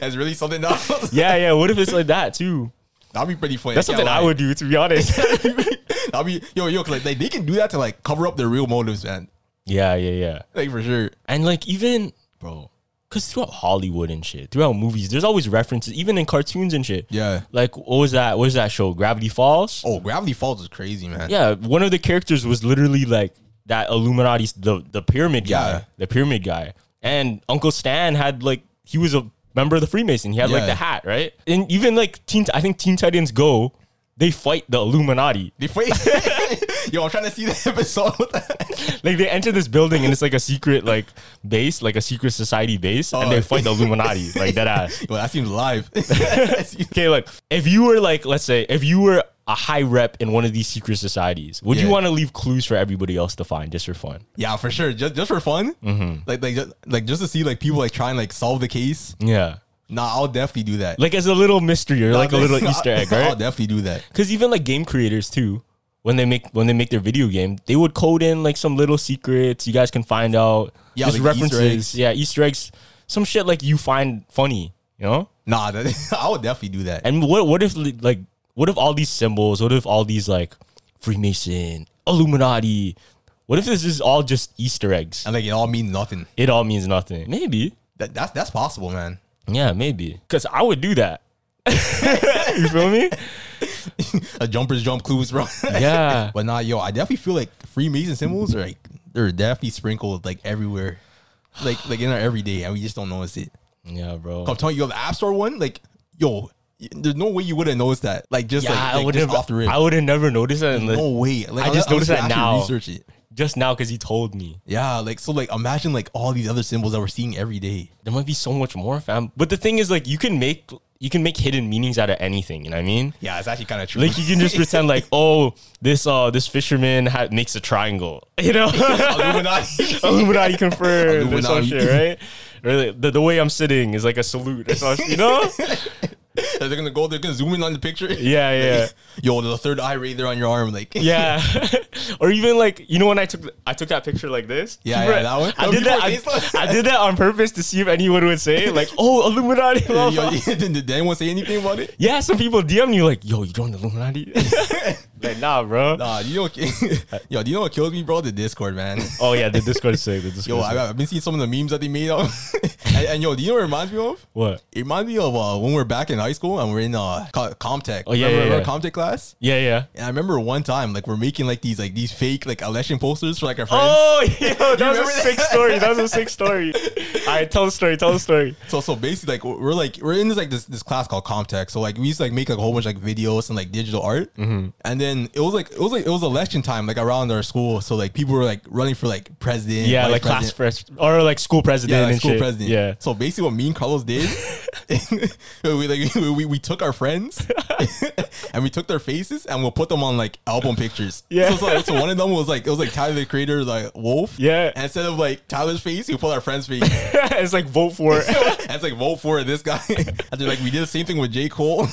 That's really something else.
yeah, yeah. What if it's like that too?
that'd be pretty funny.
That's
can't
something I
lie.
would do to be honest.
that'd be yo yo 'cause, like, like they can do that to like cover up their real motives, man.
yeah, yeah, yeah.
Like for sure.
And like even bro, because throughout Hollywood and shit, throughout movies, there's always references, even in cartoons and shit.
Yeah.
Like what was that? What was that show? Gravity Falls.
Oh, Gravity Falls is crazy, man.
Yeah, one of the characters was literally like that Illuminati, the the pyramid guy,
Yeah.
the pyramid guy, and Uncle Stan had like he was a member of the Freemason. He had like
Yeah.
the hat, right? And even like Teen, I think Teen Titans Go, they fight the Illuminati.
They fight. yo, I'm trying to see the episode. with that.
Like they enter this building and it's like a secret like base, like a secret society base, and
Oh.
they fight the Illuminati, like that ass.
yo, that seems live. That seems-
Okay, look, if you were like, let's say, if you were a high rep in one of these secret societies, would you
Yeah.
want to leave clues for everybody else to find just for fun?
Yeah, for sure. Just just for fun,
Mm-hmm.
like like just, like just to see like people like trying like solve the case.
Yeah.
Nah, I'll definitely do that.
Like as a little mystery or like a little
I'll-
Easter egg,
I'll
right?
definitely do that.
Because even like game creators too, when they make when they make their video game, they would code in like some little secrets you guys can find out.
Yeah,
just
like Easter
references.
eggs.
Yeah, Easter eggs. Some shit like you find funny, you know?
Nah, that, I would definitely do that.
And what what if li- like what if all these symbols? What if all these like Freemason, Illuminati? What if this is all just Easter eggs?
And like it all means nothing.
It all means nothing. Maybe.
That, that's that's possible, man.
Yeah, maybe. Cause I would do that. you feel me?
A jumper's jump clues, bro.
Yeah.
but nah, yo, I definitely feel like Freemason symbols are like they're definitely sprinkled like everywhere, like like in our everyday, and we just don't notice it.
Yeah, bro.
I'm telling you, the App Store one, like yo, y- there's no way you would have noticed that. Like just
yeah,
like,
I
like,
would
just
have.
off the rip.
I would have never noticed that. Unless,
no way. Like,
I just
unless
noticed
you
that
actually
now.
Research it.
Just now, because he told me
Yeah, like so, like imagine like all these other symbols that we're seeing every day.
there might be so much more, fam. But the thing is, like, you can make you can make hidden meanings out of anything. You know what I mean?
Yeah, it's actually kind of true.
Like, you can just pretend, like, oh, this uh, this fisherman ha- makes a triangle. You know,
Illuminati.
Illuminati confirmed or some
Illuminati.
shit, right? Or like, the, the way I'm sitting is like a salute or something. You know?
they're gonna go. They're gonna zoom in on the picture.
Yeah, yeah.
Yo, the third eye right there on your arm, like
Yeah, or even like you know when I took I took that picture like this.
Yeah, yeah, that one.
I
Oh,
did that.
people are
I,
faceless.
I did that on purpose to see if anyone would say like, "Oh, Illuminati." blah,
Yo,
blah."
did, did anyone say anything about it?
Yeah, some people DM you like, "Yo, you joined the Illuminati?" like, nah, bro.
Nah, you know, what- yo, do you know what kills me, bro? The Discord, man.
Oh yeah, the Discord is sick. The Discord.
Yo,
is sick.
I, I've been seeing some of the memes that they made up, and, and yo, do you know what it reminds me of?
what?
It reminds me of uh, when we are back in high school and we're in uh, co- Comtech.
Oh, yeah,
remember,
yeah,
remember Comtech class?
Yeah, yeah.
And I remember one time, like we're making like these like these fake like election posters for like our friends.
Oh, yo, that was a
remember
sick
that?
story. That was a sick story. All right, tell the story. Tell the story.
So so basically like we're like we're in this like this, this class called Comtech. So like we used to like make like a whole bunch like videos and like digital art.
Mm-hmm.
And then it was like it was like it was election time like around our school. So like people were like running for like president.
Yeah,
vice
like class
president.
first or like school president
Yeah, like
and
school
shit.
president.
Yeah.
So basically, what me and Carlos did, we like we, we, we took our friends and we took their faces and we'll put them on like album pictures.
Yeah.
So, so, so one of them was like it was like Tyler the Creator, like Wolf.
Yeah.
And instead of like Tyler's face, we put our friend's face.
it's like vote for it.
and it's like vote for this guy. And then like we did the same thing with J Cole.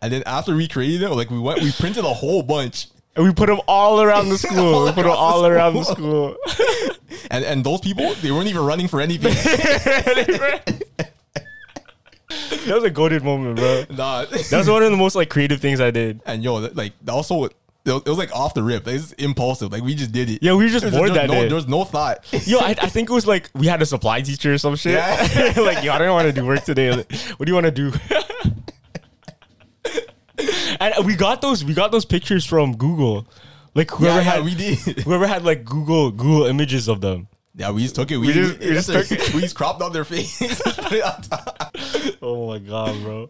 And then after we created it, like we went, we printed a whole bunch,
And we put them all around the school.
All
we put them
across the
all around the
school.
school.
and and those people they weren't even running for anything.
That was a goaded moment, bro.
nah,
That was one of the most like creative things I did.
And yo, that- like also it was, it was like off the rip. Like, it's impulsive. Like we just did it.
Yeah, we were just
There's-
bored
there's
that
no,
day.
There was no thought.
Yo, I, I think it was like we had a supply teacher or some shit.
Yeah.
like, yo, I don't want to do work today. Like, what do you want to do? and we got those we got those pictures from Google. Like whoever
yeah, yeah,
had
we did.
whoever had like Google Google images of them.
Yeah, we just took it. We,
just- we just
that's
took
it. We just cropped on their face. just put it on top.
Oh my god, bro.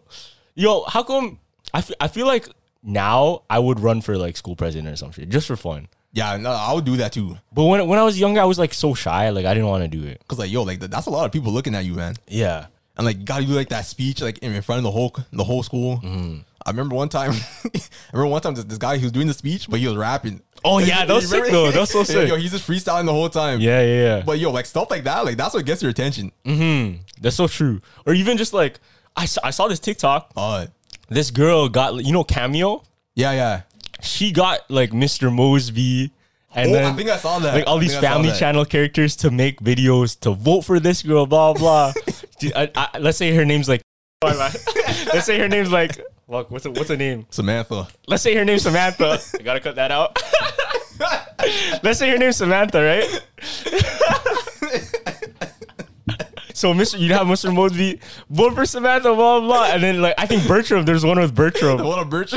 Yo, how come I fe- I feel like now I would run for like school president or some shit just for fun.
Yeah, no, I would do that too.
But when when I was younger, I was like so shy, like I didn't want to do it.
Cause like yo, like that's a lot of people looking at you, man.
Yeah.
And like you gotta do like that speech like in in front of the whole the whole school.
Mm-hmm.
I remember one time, I remember one time this, this guy he was doing the speech, but he was rapping.
Oh
Like,
yeah,
you
that was sick
remember?
though. That was so sick.
Yo, he's just freestyling the whole time.
yeah, Mm. yeah, yeah.
But yo, like stuff like that, like that's what gets your attention.
That's so true. Or even just like I saw, I saw this TikTok.
Uh,
This girl got you know Cameo.
yeah, yeah.
She got like Mr. Mosby. And
Oh, I
then,
think I saw that.
Like all
I
these
think I saw
Family
that.
Channel characters to make videos to vote for this girl, blah blah. Dude, I, I, let's say her name's like. let's say her name's like. Look, what's a, what's her name?
Samantha.
let's say her name's Samantha. I gotta cut that out. let's say her name's Samantha, right? so Mr. You'd have Mr. Mosby vote for Samantha, blah blah, blah. and then like I think Bertram. There's one with Bertram.
What a birch.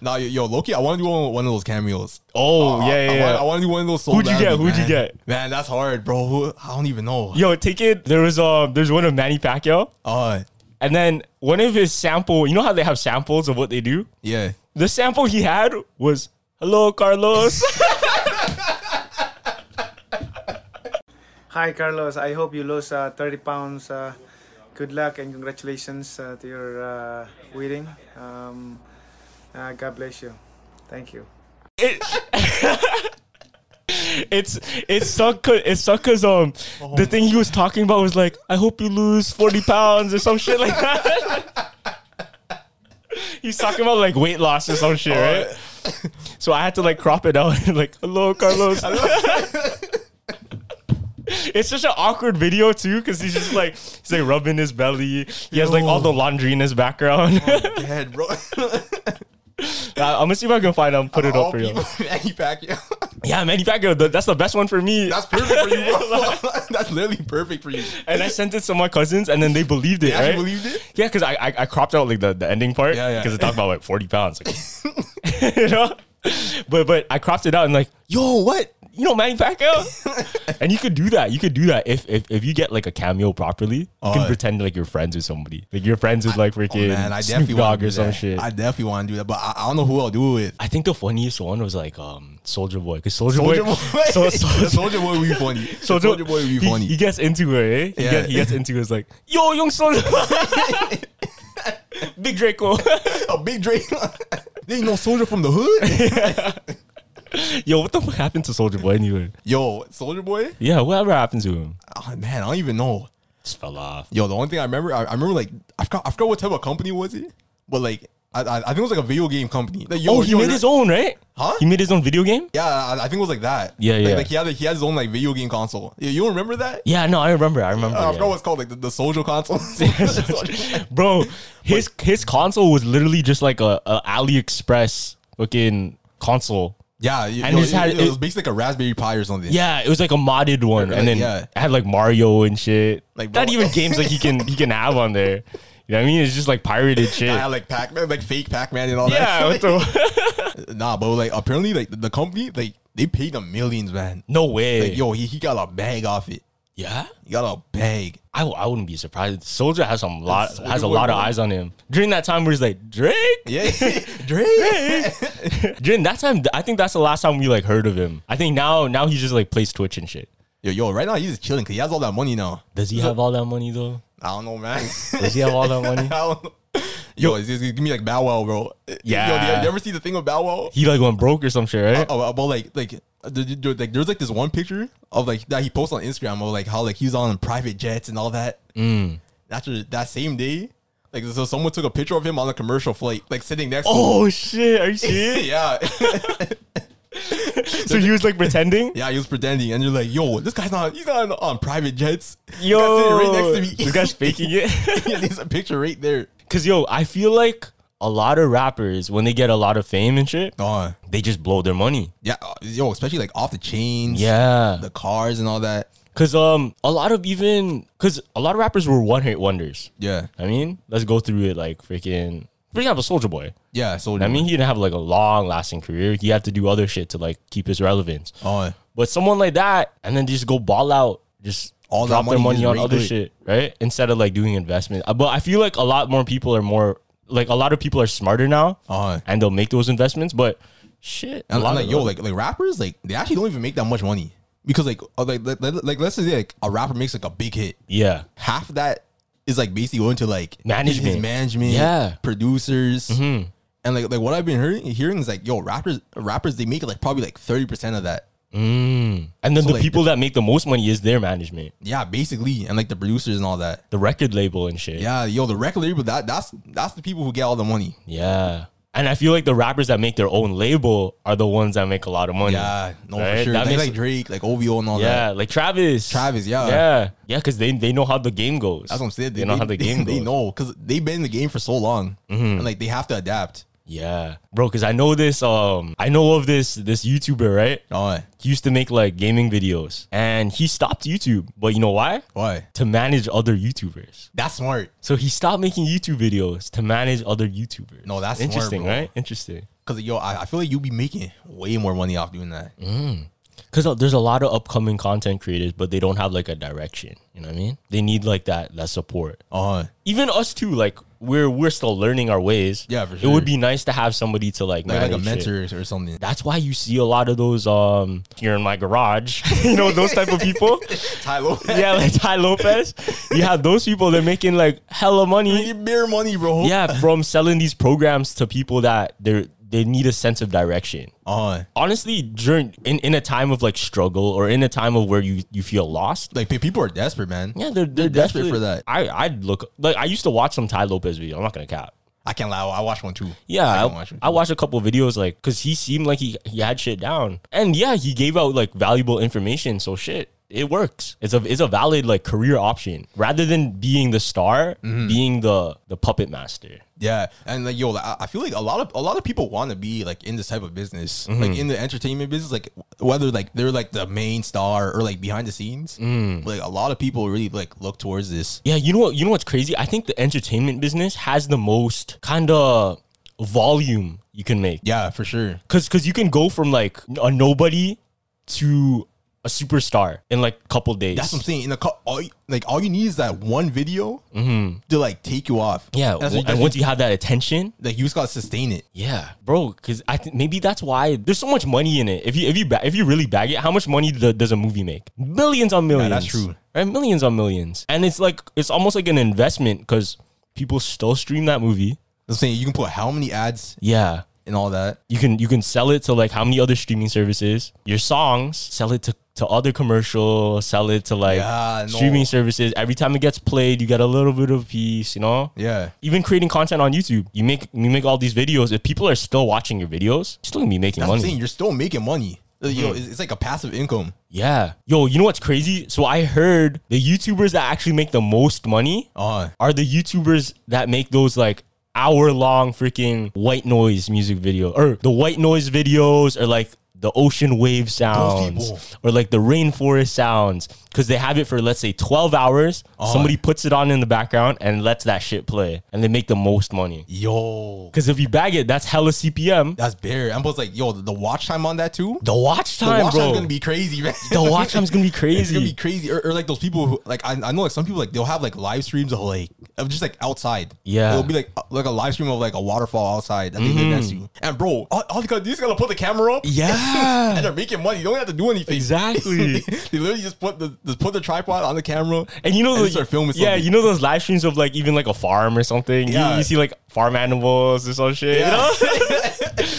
nah, yo, yo, Loki, I want to do one, one of those cameos.
Oh yeah,
Uh, I,
yeah.
want, I want to do one of those. So
Who'd you get?
badly,
Who'd you
man.
get?
Man, that's hard, bro. Who- I don't even know.
Yo, take it. There was um, there's one of Manny Pacquiao,
Uh,
and then one of his sample. You know how they have samples of what they do.
yeah.
The sample he had was "Hello, Carlos."
Hi, Carlos. I hope you lose uh, 30 pounds. Uh, good luck and congratulations uh, to your uh, wedding. Um, uh, God bless you. Thank you.
it's it sucked. It sucked because um, the thing he was talking about was like, I hope you lose forty pounds or some shit like that. He's talking about like weight loss or some shit, right? So I had to like crop it out and like, hello, Carlos. It's such an awkward video too, because he's just like he's like rubbing his belly. He has like all the laundry in his background.
Dead, bro.
I'm gonna see if I can find him, put it
All
up for you.
people, Manny Pacquiao.
Yeah, Manny Pacquiao, th- that's the best one for me.
That's perfect for you, bro. That's literally perfect for you.
and I sent it to my cousins, and then they believed it.
actually
right?
believed it?
Yeah, because I, I I cropped out like the, the ending part.
Yeah, yeah.
Because it talked about like forty pounds, like, you know. But but I cropped it out and like, yo, what? You know, Manny Pacquiao. and you could do that. You could do that if if, if you get like a cameo properly. You can
Oh.
pretend like you're friends with somebody. Like you're friends with like
Oh,
freaking
man, I
Snoop
definitely
Dogg
want to
or
do
some
that.
shit.
I
I,
definitely want to do that, but I, I don't know who I'll do it with.
think the funniest one was like um Soldier Boy because Soldier Boy,
Soldier Boy.
So-
The
so-
Soldier Boy will be funny.
So
So Soldier Boy will be
he,
funny.
He gets into it, eh? He,
Yeah.
get- he gets into it. It's like, yo, young soldier. Big Draco.
a big Drake. they ain't no Soldier from the hood.
yo, what the fuck happened to Soldier Boy anyway?
Yo, Soldier Boy.
Yeah, whatever happened to him?
Oh, man, I don't even know.
Just fell off.
Yo, the only thing I remember, I, I remember like I forgot, I forgot what type of company was it, but like I, I, I think it was like a video game company. Like, yo,
oh, he
yo,
made
yo-
his own, right?
Huh?
He made his own video game?
Yeah, I, I think it was like that.
Yeah,
like,
yeah.
Like he had he has his own like video game console. You, you don't remember that?
Yeah, no, I remember. I remember.
Uh, I
yeah.
forgot what it's called, like the, the social console. Soldier-
Bro, his his console was literally just like a, a AliExpress fucking console.
yeah, you-
And
yo,
it's
it,
had-
it,
it-
was basically like a Raspberry Pi or something.
Yeah, it was like a modded one,
Like,
and then
yeah.
I had like Mario and shit.
Like,
Like not
bro-
even games like he can he can have on there. You know what I mean? It's just like pirated shit.
I had like Pac Man, like fake Pac Man and all
yeah, what
that.
the-
nah, but like apparently, like the, the company, like they paid him millions, man.
no way.
Like, yo, he, he got a bag off it.
yeah,
He got a bag.
I, w- I wouldn't be surprised. Soldier has some lot
Soldier
has a
Boy,
lot of
bro.
eyes on him during that time where he's like Drake.
Yeah, Drake.
During that time, I think that's the last time we like heard of him. I think now now he just like plays Twitch and shit.
yo, yo, right now he's just chilling because he has all that money now.
Does he have all that money though?
I don't know, man.
Does he have all that
I
money?
don't know. Yo, it's, it's, it's gonna be like Bow Wow, bro. Yo,
Yeah.
did you ever see the thing with Bow Wow?
He like went broke or some shit, right?
Oh, about like like the- the- the- like there's like this one picture of like that he posts on Instagram of like how like he's on private jets and all that. After that same day, like so someone took a picture of him on a commercial flight, like sitting next.
Oh shit! Are you
to
serious?
him. yeah,
so he was like pretending.
yeah, he was pretending, and you're like, yo, this guy's not he's not on, on private jets. This guy's
Yo,
sitting right next to me.
this guy's faking it.
yeah, there's a picture right there.
Cause yo, I feel like a lot of rappers when they get a lot of fame and shit,
Oh,
they just blow their money.
yeah, uh, yo, especially like off the chains,
Yeah,
the cars and all that.
cause um, a lot of even cause a lot of rappers were one hit wonders.
Yeah,
I mean, let's go through it like freaking. For example, Soldier Boy.
yeah. So
I mean, he didn't have like a long lasting career. He had to do other shit to like keep his relevance.
oh,
But someone like that, and then just go ball out, just
All
all
that
drop their
money
money
just
on
right
other
to it.
shit, right? Instead of like doing investment. Uh, But I feel like a lot more people are more like a lot of people are smarter now,
Uh-huh.
and they'll make those investments. But shit,
And
a lot
I'm like,
of
yo,
them-
like like rappers, like they actually don't even make that much money because like uh, like like, like, like, let's say like a rapper makes like a big hit,
yeah,
half of that is like basically going to like
Management.
his management,
Yeah. Mm-hmm.
producers, and like like what I've been hearing hearing is like yo rappers rappers they make like probably like thirty percent of that.
and then
so,
the
like,
people that make the most money is their management,
Yeah, basically, and like the producers and all that.
the record label and shit.
Yeah, yo, the record label that that's that's the people who get all the money.
Yeah. And I feel like the rappers that make their own label are the ones that make a lot of money.
Yeah, no for
Right?
sure.
That
Like,
makes-
like Drake, like OVO and all that.
Yeah, like Travis.
Travis, yeah.
Yeah. Yeah, because they, they know how the game goes.
That's what I'm saying.
They, know how the game Mm-hmm.
They
goes.
know because they've been in the game for so long, and like they have to adapt.
Yeah. Bro, because I know this, um, I know of this this YouTuber, right?
Oh,
He used to make like gaming videos and he stopped YouTube. But you know why?
why?
To manage other YouTubers.
That's smart.
So he stopped making YouTube videos to manage other YouTubers.
No, that's smart,
interesting,
bro.
right? Interesting.
Cause yo, I, I feel like you be making way more money off doing that.
Mm-hmm. because uh, there's a lot of upcoming content creators, but they don't have like a direction. You know what I mean? They need like that that support.
Uh,
Even us too, like we're we're still learning our ways.
Yeah, for
It
sure.
would be nice to have somebody to like
like, like a
manage it.
mentor or something.
That's why you see a lot of those um here in my garage, you know those type of people.
Tyler,
yeah, like Ty Lopez. You have those people they're making like hella money.
you bare money, bro.
Yeah, from selling these programs to people that they they need a sense of direction
Uh,
honestly during in, in a time of like struggle or in a time of where you you feel lost
like pe- people are desperate, man.
yeah they're, they're,
desperate
definitely-
for that.
i i'd look like i used to watch some ty lopez video i'm not gonna cap
I can't lie. I watched one too.
Yeah, I,
I,
I,
can watch one too.
watched a couple videos like because he seemed like he, he had shit down, and yeah, he gave out like valuable information. So shit, it works. It's a it's a valid like career option rather than being the star,
Mm-hmm.
being the the puppet master.
Yeah, and like yo, like, I I feel like a lot of a lot of people want to be like in this type of business,
Mm-hmm.
like in the entertainment business, like whether like they're like the main star or like behind the scenes.
Mm.
Like a lot of people really like look towards this.
Yeah, you know what? You know what's crazy? I think the entertainment business has the most kind of volume you can make.
Yeah, for sure.
Cause, cause you can go from like a nobody to a superstar in like a couple days.
That's what I'm saying. In a cou- all you- like all you need is that one video to like take you off.
Mm-hmm. yeah,
that's,
w-
what-
and once
that's what-
you have that attention,
like you just gotta sustain it.
yeah, bro. Because I think maybe that's why there's so much money in it. If you if you ba- if you really bag it, how much money do, does a movie make? Millions on millions.
that's true.
Right, millions on millions, and it's like it's almost like an investment because people still stream that movie.
I'm saying you can put how many ads
Yeah,
and all that.
you can you can sell it to like how many other streaming services your songs sell it to to other commercial sell it to like
Yeah, no.
streaming services every time it gets played you get a little bit of piece you know
Yeah.
even creating content on youtube you make you make all these videos if people are still watching your videos you're still gonna be making
That's what
money
I'm
Mm-hmm.
saying. You're still making money. Like, Yo, it's, it's like a passive income.
yeah yo you know what's crazy so i heard the youtubers that actually make the most money
Uh,
are the YouTubers that make those like hour long freaking white noise music video or the white noise videos or like the ocean wave
people.
sounds or like the rainforest sounds because they have it for let's say 12 hours
Uh-huh.
somebody puts it on in the background and lets that shit play and they make the most money
yo,
because if you bag it that's hella cpm
That's bare. I'm both like, yo, the watch time on that too.
the watch
The
time
watch
bro
time's gonna be crazy, man.
the watch time's gonna be crazy
It's gonna be crazy, or, or like those people who like I, I know like some people like they'll have like live streams of like of just like outside.
Yeah.
it'll be like uh, like a live stream of like a waterfall outside that they did next to you. And bro, all, all they gotta do is gotta put the camera up.
Mm-hmm. Yeah.
and they're making money. You don't have to do anything.
Exactly.
they literally just put the just put the tripod on the camera
And you know,
and
the,
just start filming.
yeah,
something.
you know those live streams of like even like a farm or something. You- You,
Yeah.
see like farm animals or some shit. You know,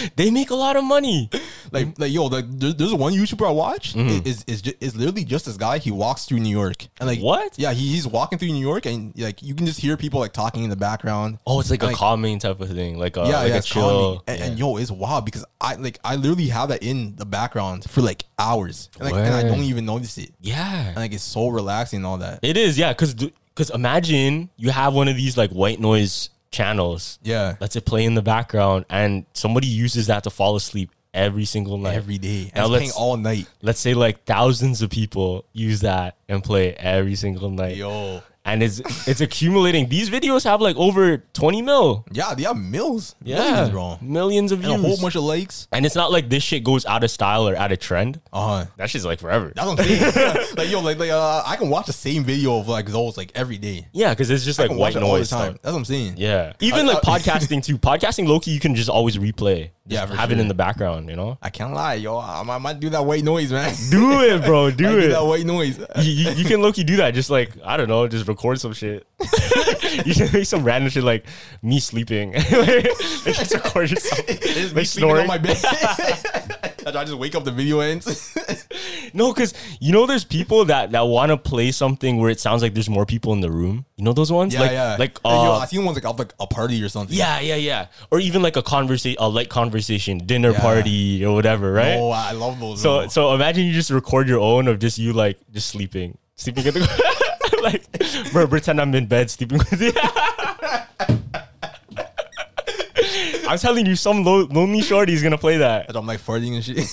they make a lot of money. Mm-hmm.
Like, like yo, like there, there's one YouTuber I watch is is ju- is literally just this guy. He walks through New York and like
What?
Yeah, he, he's walking through New York and like you can just hear people like talking in the background.
Oh, it's like, a calming type of thing, like a
yeah,
like
yeah,
a
it's calming.
chill.
And, and yo, it's wild because I like I literally have that in the background for like hours, and, like, and I
Word.
don't even notice it.
yeah,
And like it's so relaxing and all that.
it is. Yeah, because because imagine you have one of these like white noise channels.
Yeah.
lets it play in the background, and somebody uses that to fall asleep every single night.
Every day, and
Now
it's playing
let's-
all night.
Let's say like thousands of people use that and play it every single night.
Yo,
and it's it's accumulating. These videos have like over 20 mil.
yeah, they have mills,
Yeah,
Millions, bro,
millions of
and a
views.
whole bunch of likes.
and it's not like this shit goes out of style or out of trend.
Uh huh.
That shit's like forever.
That's what I'm saying. like yo, like, like uh, I can watch the same video of like those like every day.
yeah, because it's just
I
like
can
white
watch it all the
noise
time.
stuff.
That's what I'm saying.
Yeah, even
I-
like
I-
podcasting too. Podcasting, Loki, you can just always replay. Just
Yeah, for
have it
sure.
in the background. You know,
I can't lie, yo. I, might- I might do that white noise, man.
do it, bro.
I
Do
do that
it.
white noise.
You, you, you can Loki do that. Just like I don't know, just record some shit. you can make some random shit like me sleeping. just record yourself.
It's me
Like
sleeping
snoring.
on my bed. I just wake up, the video ends.
No, because you know, there's people that that want to play something where it sounds like there's more people in the room. You know those ones?
yeah,
like,
yeah.
Like,
Yo,
uh,
I seen ones like off like a party or something.
yeah, yeah, yeah. Or even like a conversation, a light conversation, dinner
Yeah.
party or whatever, right?
Oh, I love those.
so,
bro.
so imagine you just record your own of just you like just sleeping, sleeping in the like, bro, pretend I'm in bed sleeping with you. I'm telling you, some lo- lonely shorty is gonna play that.
And I'm like farting and shit.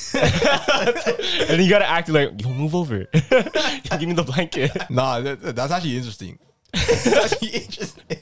And you gotta act like, yo, move over. Give me the blanket.
nah, that, that's actually interesting. that's actually interesting.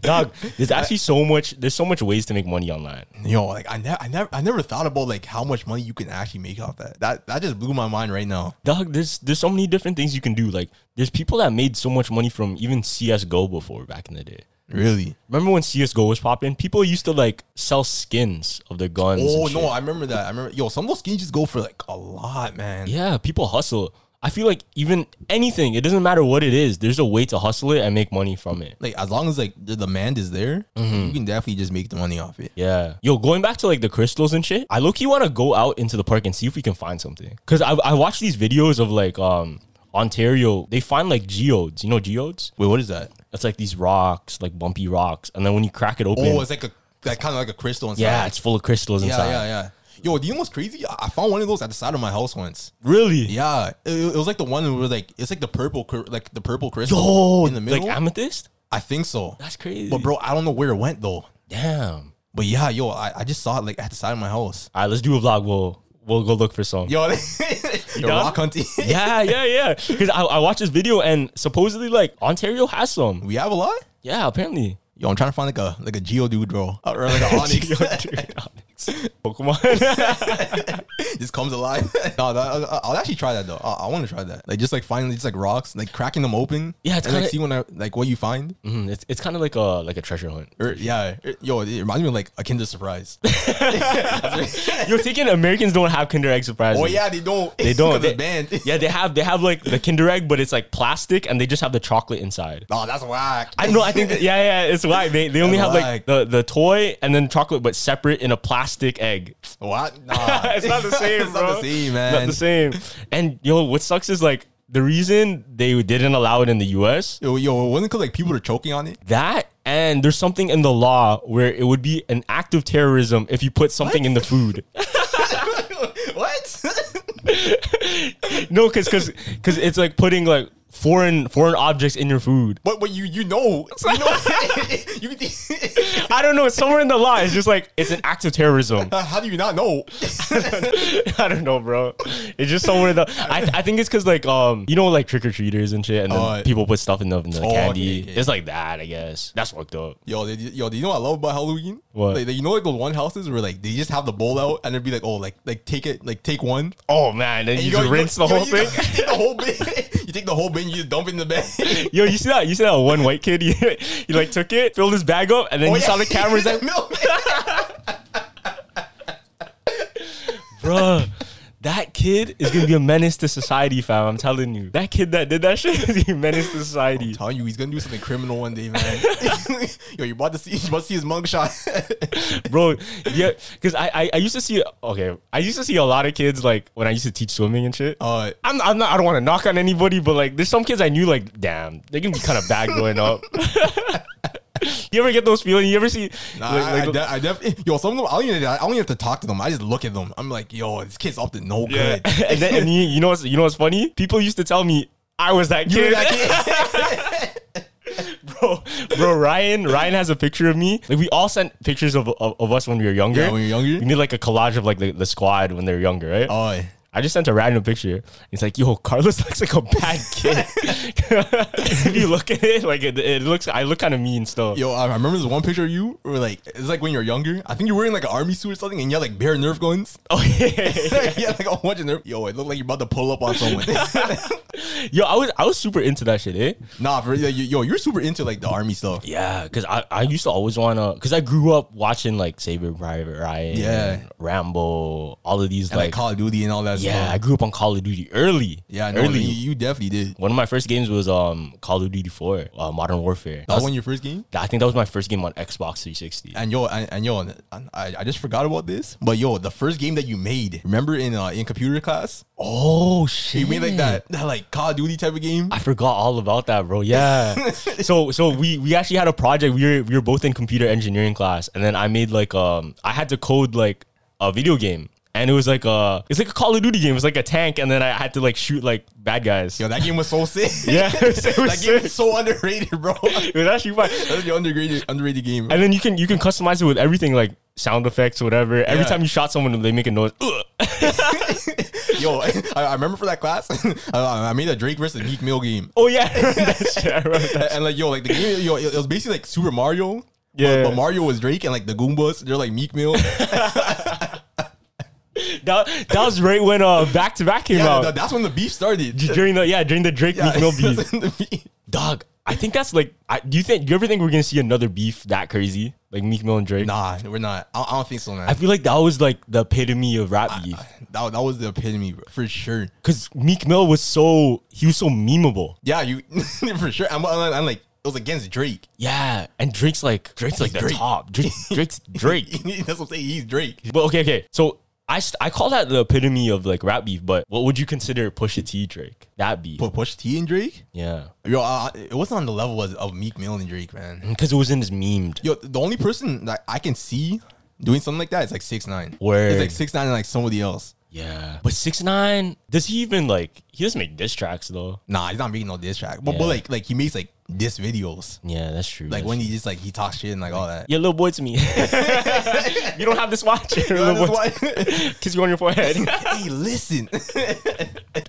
Dog, there's actually so much. There's so much ways to make money online.
Yo, like I never, I never, I never thought about like how much money you can actually make off that. That that just blew my mind right now.
Dog, there's there's so many different things you can do. Like, there's people that made so much money from even CS:GO before back in the day.
Really?
Remember when CS:GO was popping? People used to like sell skins of their guns. and
Oh
shit.
no, I remember that. I remember. Yo, some of those skins just go for like a lot, man.
yeah, people hustle. I feel like even anything, it doesn't matter what it is. There's a way to hustle it and make money from it.
Like as long as like the demand is there, you can definitely just make the money off it.
Mm-hmm. Yeah. Yo, going back to like the crystals and shit, I low key want to go out into the park and see if we can find something. Cause I, I watched these videos of like, um, Ontario, they find like geodes. You know geodes?
Wait, what is that?
It's like these rocks, like bumpy rocks, and then when you crack it open,
Oh, it's like a like kind of like a crystal inside.
yeah, it's full of crystals
yeah,
inside.
yeah, yeah. Yo, do you know what's crazy? I I found one of those at the side of my house once.
Really?
Yeah, it, it was like the one where like it's like the purple, cr- like the purple crystal
Yo,
in the middle.
like amethyst.
I think so.
That's crazy.
But bro, I don't know where it went though.
Damn.
But yeah, yo, I, I just saw it like at the side of my house.
All right, let's do a vlog. We'll we'll go look for some.
Yo, the
done?
rock hunting.
Yeah, yeah, yeah. Because I, I watched this video and supposedly like Ontario has some.
we have a lot.
Yeah, apparently.
Yo, I'm trying to find like a like a geodude, bro,
Oh,
or like an onyx.
Pokemon.
just comes alive. no, that, I'll, I'll actually try that though. I, I want to try that. Like just like finding just like rocks, like cracking them open.
Yeah, it's
and like
kinda-
see when I like what you find.
Mm, it's it's kind of like a like a treasure hunt.
Or, yeah, it- yo, it reminds me of like a Kinder Surprise.
You're thinking Americans don't have Kinder Egg surprises.
oh yeah, they don't.
They don't.
They,
They-
banned.
Yeah, they have they have like the Kinder Egg, but it's like plastic, and they just have the chocolate inside.
Oh, that's whack.
I know. I think. That, yeah, yeah. It's why they, they only
That's
have
whack.
like the, the toy and then chocolate, but separate in a plastic egg.
what? Nah,
it's not the same,
it's
bro.
not the same,
It's
man.
Not the same. And yo, what sucks is like the reason they didn't allow it in the U.S.
Yo, yo, wasn't it 'cause, like people are choking on it?
That and there's something in the law where it would be an act of terrorism if you put something in the food.
what?
no, because because because it's like putting like foreign foreign objects in your food.
but but you you know, you know, you, think-
I don't know. It's somewhere in the law. It's just like it's an act of terrorism.
how do you not know?
I don't know, bro. It's just somewhere in the. I, I think it's because like um you know like trick or treaters and shit, and then
Oh,
people put stuff in the, in the
okay,
candy.
okay.
It's like that, I guess. That's fucked up.
Yo, they, yo, do you know what I love about Halloween?
What?
Like, you know, like those one houses where like they just have the bowl out and it'd be like, oh, like like take it, like take one.
Oh man, then
And
you, just
go-
rinse the
yo,
whole
you
thing.
go- you take the whole bin. you take the whole bin. You just dump it in the bag.
Yo, you see that? You see that one white kid? He, he like took it, filled his bag up,
Oh,
and then he saw the cameras like,
milk.
Bruh, that kid is gonna be a menace to society, fam. I'm telling you. That kid that did that shit is a menace to society.
Telling you, he's gonna do something criminal one day, man. Yo, you about to see, you about to see his mugshot.
Bro, yeah, because I, I I used to see okay, I used to see a lot of kids like when I used to teach swimming and shit.
Uh,
I'm, I'm not I don't want to knock on anybody, but like there's some kids I knew like, damn, they can be kind of bad growing up. you ever get those feelings? You ever see
nah, I- I, de- I def- yo, some of them, I don't, even, I don't even have to talk to them. I just look at them. I'm like, yo, this kid's up to no good.
and then and you, you know what's you know what's funny? People used to tell me I was that
You
kid.
know that kid?
bro, bro, Ryan, Ryan has a picture of me. Like we all sent pictures of, of, of us when we were younger.
Yeah, when we were younger.
We made like a collage of like the, the squad when they were younger, right?
Oh,
I just sent a random picture. He's like, "Yo, Carlos looks like a bad kid." if you look at it, like it, it looks, I look kind of mean still.
yo, I I remember this one picture of you where like it's like when you're younger. I think you're wearing like an army suit or something, and you had like bare Nerf guns.
Oh, yeah.
yeah, like a bunch of Nerf. Yo, it looked like you're about to pull up on someone.
Yo, I was I was super into that shit, eh?
nah, for yo, yo, you're super into like the army stuff.
Yeah, cause I, I used to always wanna, cause I grew up watching like Saving Private Ryan,
Yeah.
Rambo, all of these
and like,
like,
Call of Duty and all that.
yeah, I
stuff.
grew up on Call of Duty early.
yeah, no,
early.
You, you definitely did.
One of my first games was um Call of Duty 4, uh, Modern Warfare. That
That was
was-
when your first game.
I think that was my first game on Xbox 360.
And yo, and, and yo, and I, I just forgot about this. But yo, the first game that you made, remember in uh, in computer class,
oh shit!
you made like that that like Call of Duty type of game.
I forgot all about that, bro. Yeah. so so we we actually had a project. We were we were both in computer engineering class, and then I made like um I had to code like a video game, and it was like a it's like a Call of Duty game. It was like a tank, and then I had to like shoot like bad guys.
Yo, that game was so sick.
Yeah, it was- it was
that game
sick.
was so underrated, bro. that
It was actually fun.
was the underrated underrated game.
And then you can you can customize it with everything like sound effects, whatever. Every
Yeah.
time you shot someone, they make a noise. Ugh.
Yo, I, I remember for that class, I, I made a Drake versus Meek Mill game.
Oh yeah, that's yeah, I remember that.
And like yo, like the game, yo, it was basically like Super Mario. but-
Yeah.
But, Mario was Drake and like the Goombas, they're like Meek Mill. Yeah,
that. That was right when uh back to back came out
th- that's when the beef started.
during the yeah during the Drake Meek Mill beef.
that's when the beef-
Dog, I think that's like. I, do you think? Do you ever think we're gonna see another beef that crazy, like Meek Mill and Drake?
Nah, we're not. I, I don't think so, man.
I feel like that was like the epitome of rap beef,
that, that was the epitome bro, for sure.
because Meek Mill was so he was so memeable.
Yeah, you for sure. I'm, I'm, I'm like it was against Drake.
Yeah, and Drake's like Drake's like the
Drake.
top. Drake, Drake's Drake.
That's what I'm saying. He's Drake.
But okay, okay. So I, st- I call that the epitome of like rap beef, but what would you consider Pusha T Drake? That beef.
But Push T and Drake,
Yeah.
yo, uh, it wasn't on the level as, of Meek Mill and Drake, man.
Because it was in his memed.
Yo, the only person that I can see doing something like that is like six nine.
Word.
It's like six nine and like somebody else.
Yeah. But six nine, does he even like he doesn't make diss tracks though?
Nah, he's not making no diss track. But,
Yeah.
but like like he makes like diss videos.
Yeah, that's true.
Like
that's
when
true.
he just like he talks shit and like all that.
Yeah, little boy to me. you don't have this watch.
That's
Little boy,
why-
kiss you on your forehead.
hey, listen.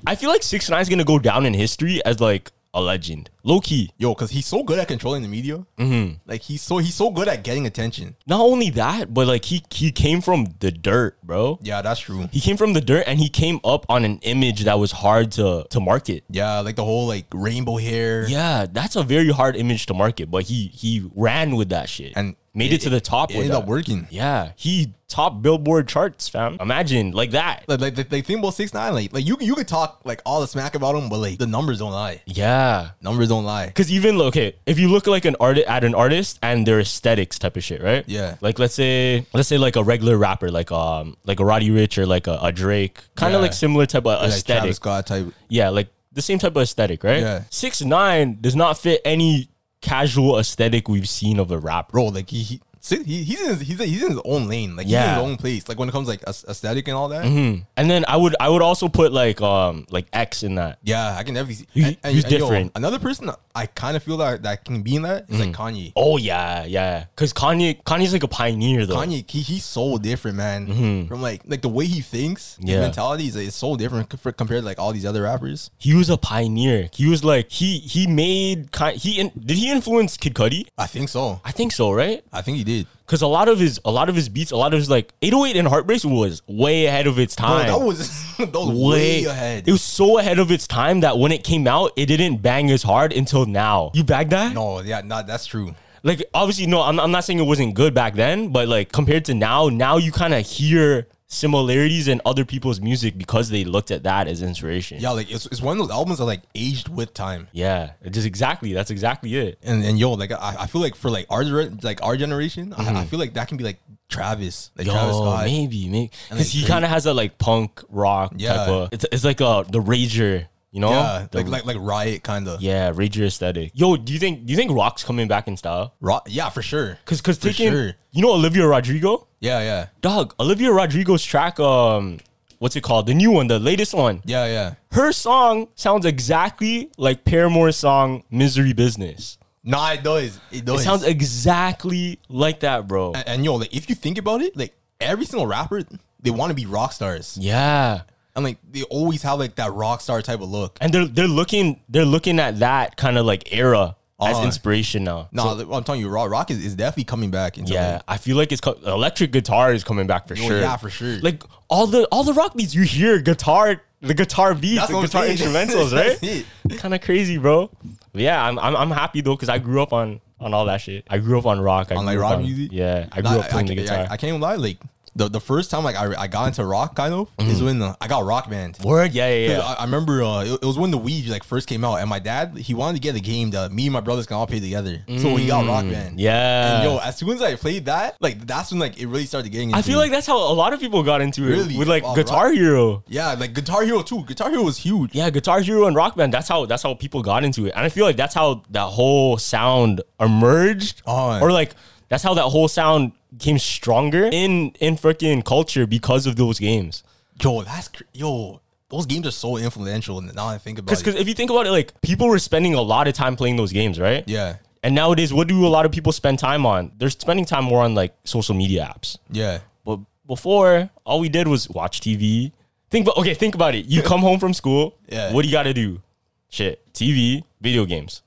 I feel like six nine's gonna go down in history as like a legend. Low key.
Yo, because he's so good at controlling the media.
Mm-hmm.
Like he's so he's so good at getting attention.
Not only that, but like he he came from the dirt, bro.
Yeah, that's true.
He came from the dirt and he came up on an image that was hard to to market.
Yeah, like the whole like rainbow hair.
Yeah, that's a very hard image to market, but he he ran with that shit
And
made it, to the top.
It
with
ended up
that.
working.
Yeah, he top Billboard charts, fam. Imagine like that.
Like, like the, the thing about six nine, like like you you could talk like all the smack about him, but like the numbers don't lie.
Yeah,
Numbers don't lie.
because even okay, if you look like an artist at an artist and their aesthetics type of shit, right?
Yeah.
Like let's say let's say like a regular rapper, like um like a Roddy Rich or like a, a Drake, kind of
Yeah.
like similar type of
Like
aesthetic.
Travis Scott type.
Yeah, like the same type of aesthetic, right?
Yeah.
Six nine does not fit any casual aesthetic we've seen of a rapper.
bro. Like he, he si- he he's in his, he's, he's in his own lane. Like he's
Yeah. Mm-hmm.
in his own place. Like when it comes like aes- aesthetic and all that.
And then I would I would also put like um like X in that.
Yeah, I can definitely. See.
He- he's different.
another person I kind of feel that that can be in that is like Kanye.
Oh yeah, yeah. Cause Kanye Kanye's like a pioneer though.
Kanye, he, he's so different, man. From like like the way he thinks,
Mm-hmm. Yeah.
his mentality is, like, is so different co- for- compared to like all these other rappers.
He was a pioneer. He was like he he made Ki- he in, did he influence Kid Cudi?
I think so.
I think so, right?
I think he did.
Cause a lot of his a lot of his beats, a lot of his like 808 and Heartbreaks was way ahead of its
Bro,
time.
that was that was way, ahead.
It was so ahead of its time that when it came out, it didn't bang as hard until now. You bag that?
no, yeah, not that's true.
Like obviously, no. I'm, I'm not saying it wasn't good back then, but like compared to now, now you kind of hear similarities in other people's music because they looked at that as inspiration.
Yeah, like it's, it's one of those albums that like aged with time.
Yeah, it just exactly. That's exactly it.
and and yo, like I, I feel like for like our gener- like our generation, I, I feel like that can be like Travis, like
Mm-hmm. Yo,
Travis Scott.
maybe, maybe,
And,
because
like,
he
Drake.
kind of has that like punk rock
Yeah.
type of. It's, it's like uh the rager, you know?
Yeah,
The-
like like like Riot kind of. Yeah.
yeah, rager aesthetic. Yo, do you think do you think rock's coming back in style?
yeah, for sure.
Because because
For
taking
sure.
you know Olivia Rodrigo,
Yeah, yeah,
dog. Olivia Rodrigo's track, um, what's it called? The new one, the latest one.
yeah, yeah.
her song sounds exactly like Paramore's song "Misery Business."
Nah, it does. It
It
does.
sounds exactly like that, bro.
and, and yo, like if you think about it, like every single rapper, they want to be rock stars,
Yeah,
and like they always have like that rock star type of look.
and they're they're looking they're looking at that kind of like era as
Uh,
inspiration now.
Nah, like, I'm telling you, rock rock is, is definitely coming back. Into
Yeah,
like-
I feel like it's co- electric guitar is coming back for
Yo,
sure.
yeah, for sure.
Like all the all the rock beats you hear guitar the guitar beats,
That's
the
what I'm
guitar
saying.
instrumentals,
That's
right?
it.
Kind of crazy, bro. But yeah, I'm, I'm I'm happy though because I grew up on on all that shit. I grew up on rock. I
on
grew
like
up
rock
on-
music.
Yeah, I grew
Nah,
up playing the
I-
guitar.
I, I can't even lie, like. The, the first time like I, I got into rock kind of is when uh, I got rock band.
Mm. Word, yeah, yeah,
Yeah,
yeah.
I, I remember uh, it, it was when the Wii like first came out, and my dad he wanted to get a game that me and my brothers can all play together. So we got Rock Band.
Mm. Yeah.
And yo, as soon as I played that, like that's when like it really started getting. Into
I feel
me.
like that's how a lot of people got into it
Really?
with like
Wow,
Guitar
rock-
Hero.
yeah, like Guitar Hero too. Guitar Hero was huge.
Yeah, Guitar Hero and Rock Band. That's how that's how people got into it, and I feel like that's how that whole sound emerged,
Oh.
or like that's how that whole sound came stronger in in freaking culture because of those games.
Yo, that's cr- yo. Those games are so influential. Now that I think about
Because
it.
if you think about it, like people were spending a lot of time playing those games, right?
yeah,
And nowadays, what do a lot of people spend time on? They're spending time more on like social media apps.
yeah,
But before, all we did was watch TV. Think about okay, think about it. You come home from school.
Yeah.
What do you got to do? Shit, TV, video games.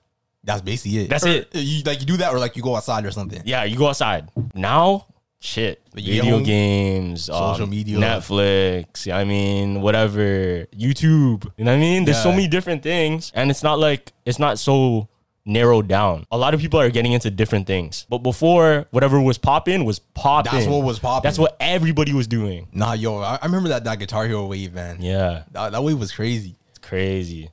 that's basically it.
That's
Or,
it.
You, like you do that, or like you go outside or something.
Yeah, you go outside now. Shit,
you get
video
home,
games,
social
um,
media.
Netflix. yeah, I mean, whatever, YouTube. You know what I mean? There's so
Yeah.
many different things, and it's not like it's not so narrowed down. A lot of people are getting into different things, but before, whatever was popping was popping.
what was popping.
That's what everybody was doing.
Nah, yo, I, I remember that that Guitar Hero wave, man.
Yeah.
that, that wave was crazy.
crazy.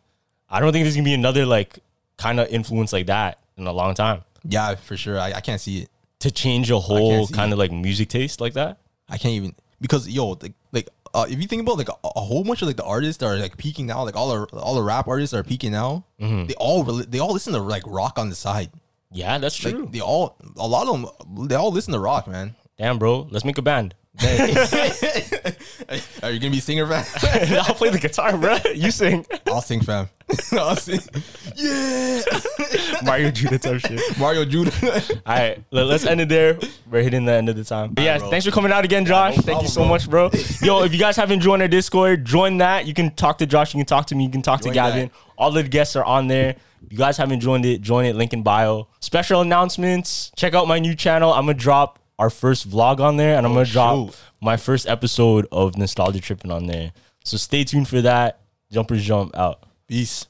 I don't think there's gonna be another like kind of influence like that in a long time
Yeah, for sure. I, I can't see it.
to change a whole
see
kind of like music taste like that.
I can't even. because yo, like, like uh, if you think about like a, a whole bunch of like the artists that are like peaking now, like all the all the rap artists that are peaking now.
Mm-hmm.
They all rel they all listen to like rock on the side.
Yeah, that's
Like
true.
they all a lot of them they all listen to rock, man.
Damn, bro, let's make a band.
Are you gonna be a singer, fam?
I'll play the guitar, bro. You sing
I'll sing, fam. I'll sing. Yeah,
Mario Judah type shit.
Mario Judah.
All right, let, us end it there. We're hitting the end of the time. But yeah,
bro.
thanks for coming out again, Josh.
no
Thank you
problem,
so
bro.
much, bro. Yo, if you guys haven't joined our Discord, join that. You can talk to Josh. You can talk to me. You can talk
Join
to Gavin.
that.
All the guests are on there. If you guys haven't joined it, join it. Link in bio. Special announcements. Check out my new channel. I'm gonna drop our first vlog on there, and I'm gonna drop
Oh, shoot.
my first episode of Nostalgia Tripping on there. So stay tuned for that. Jumpers jump out.
Peace.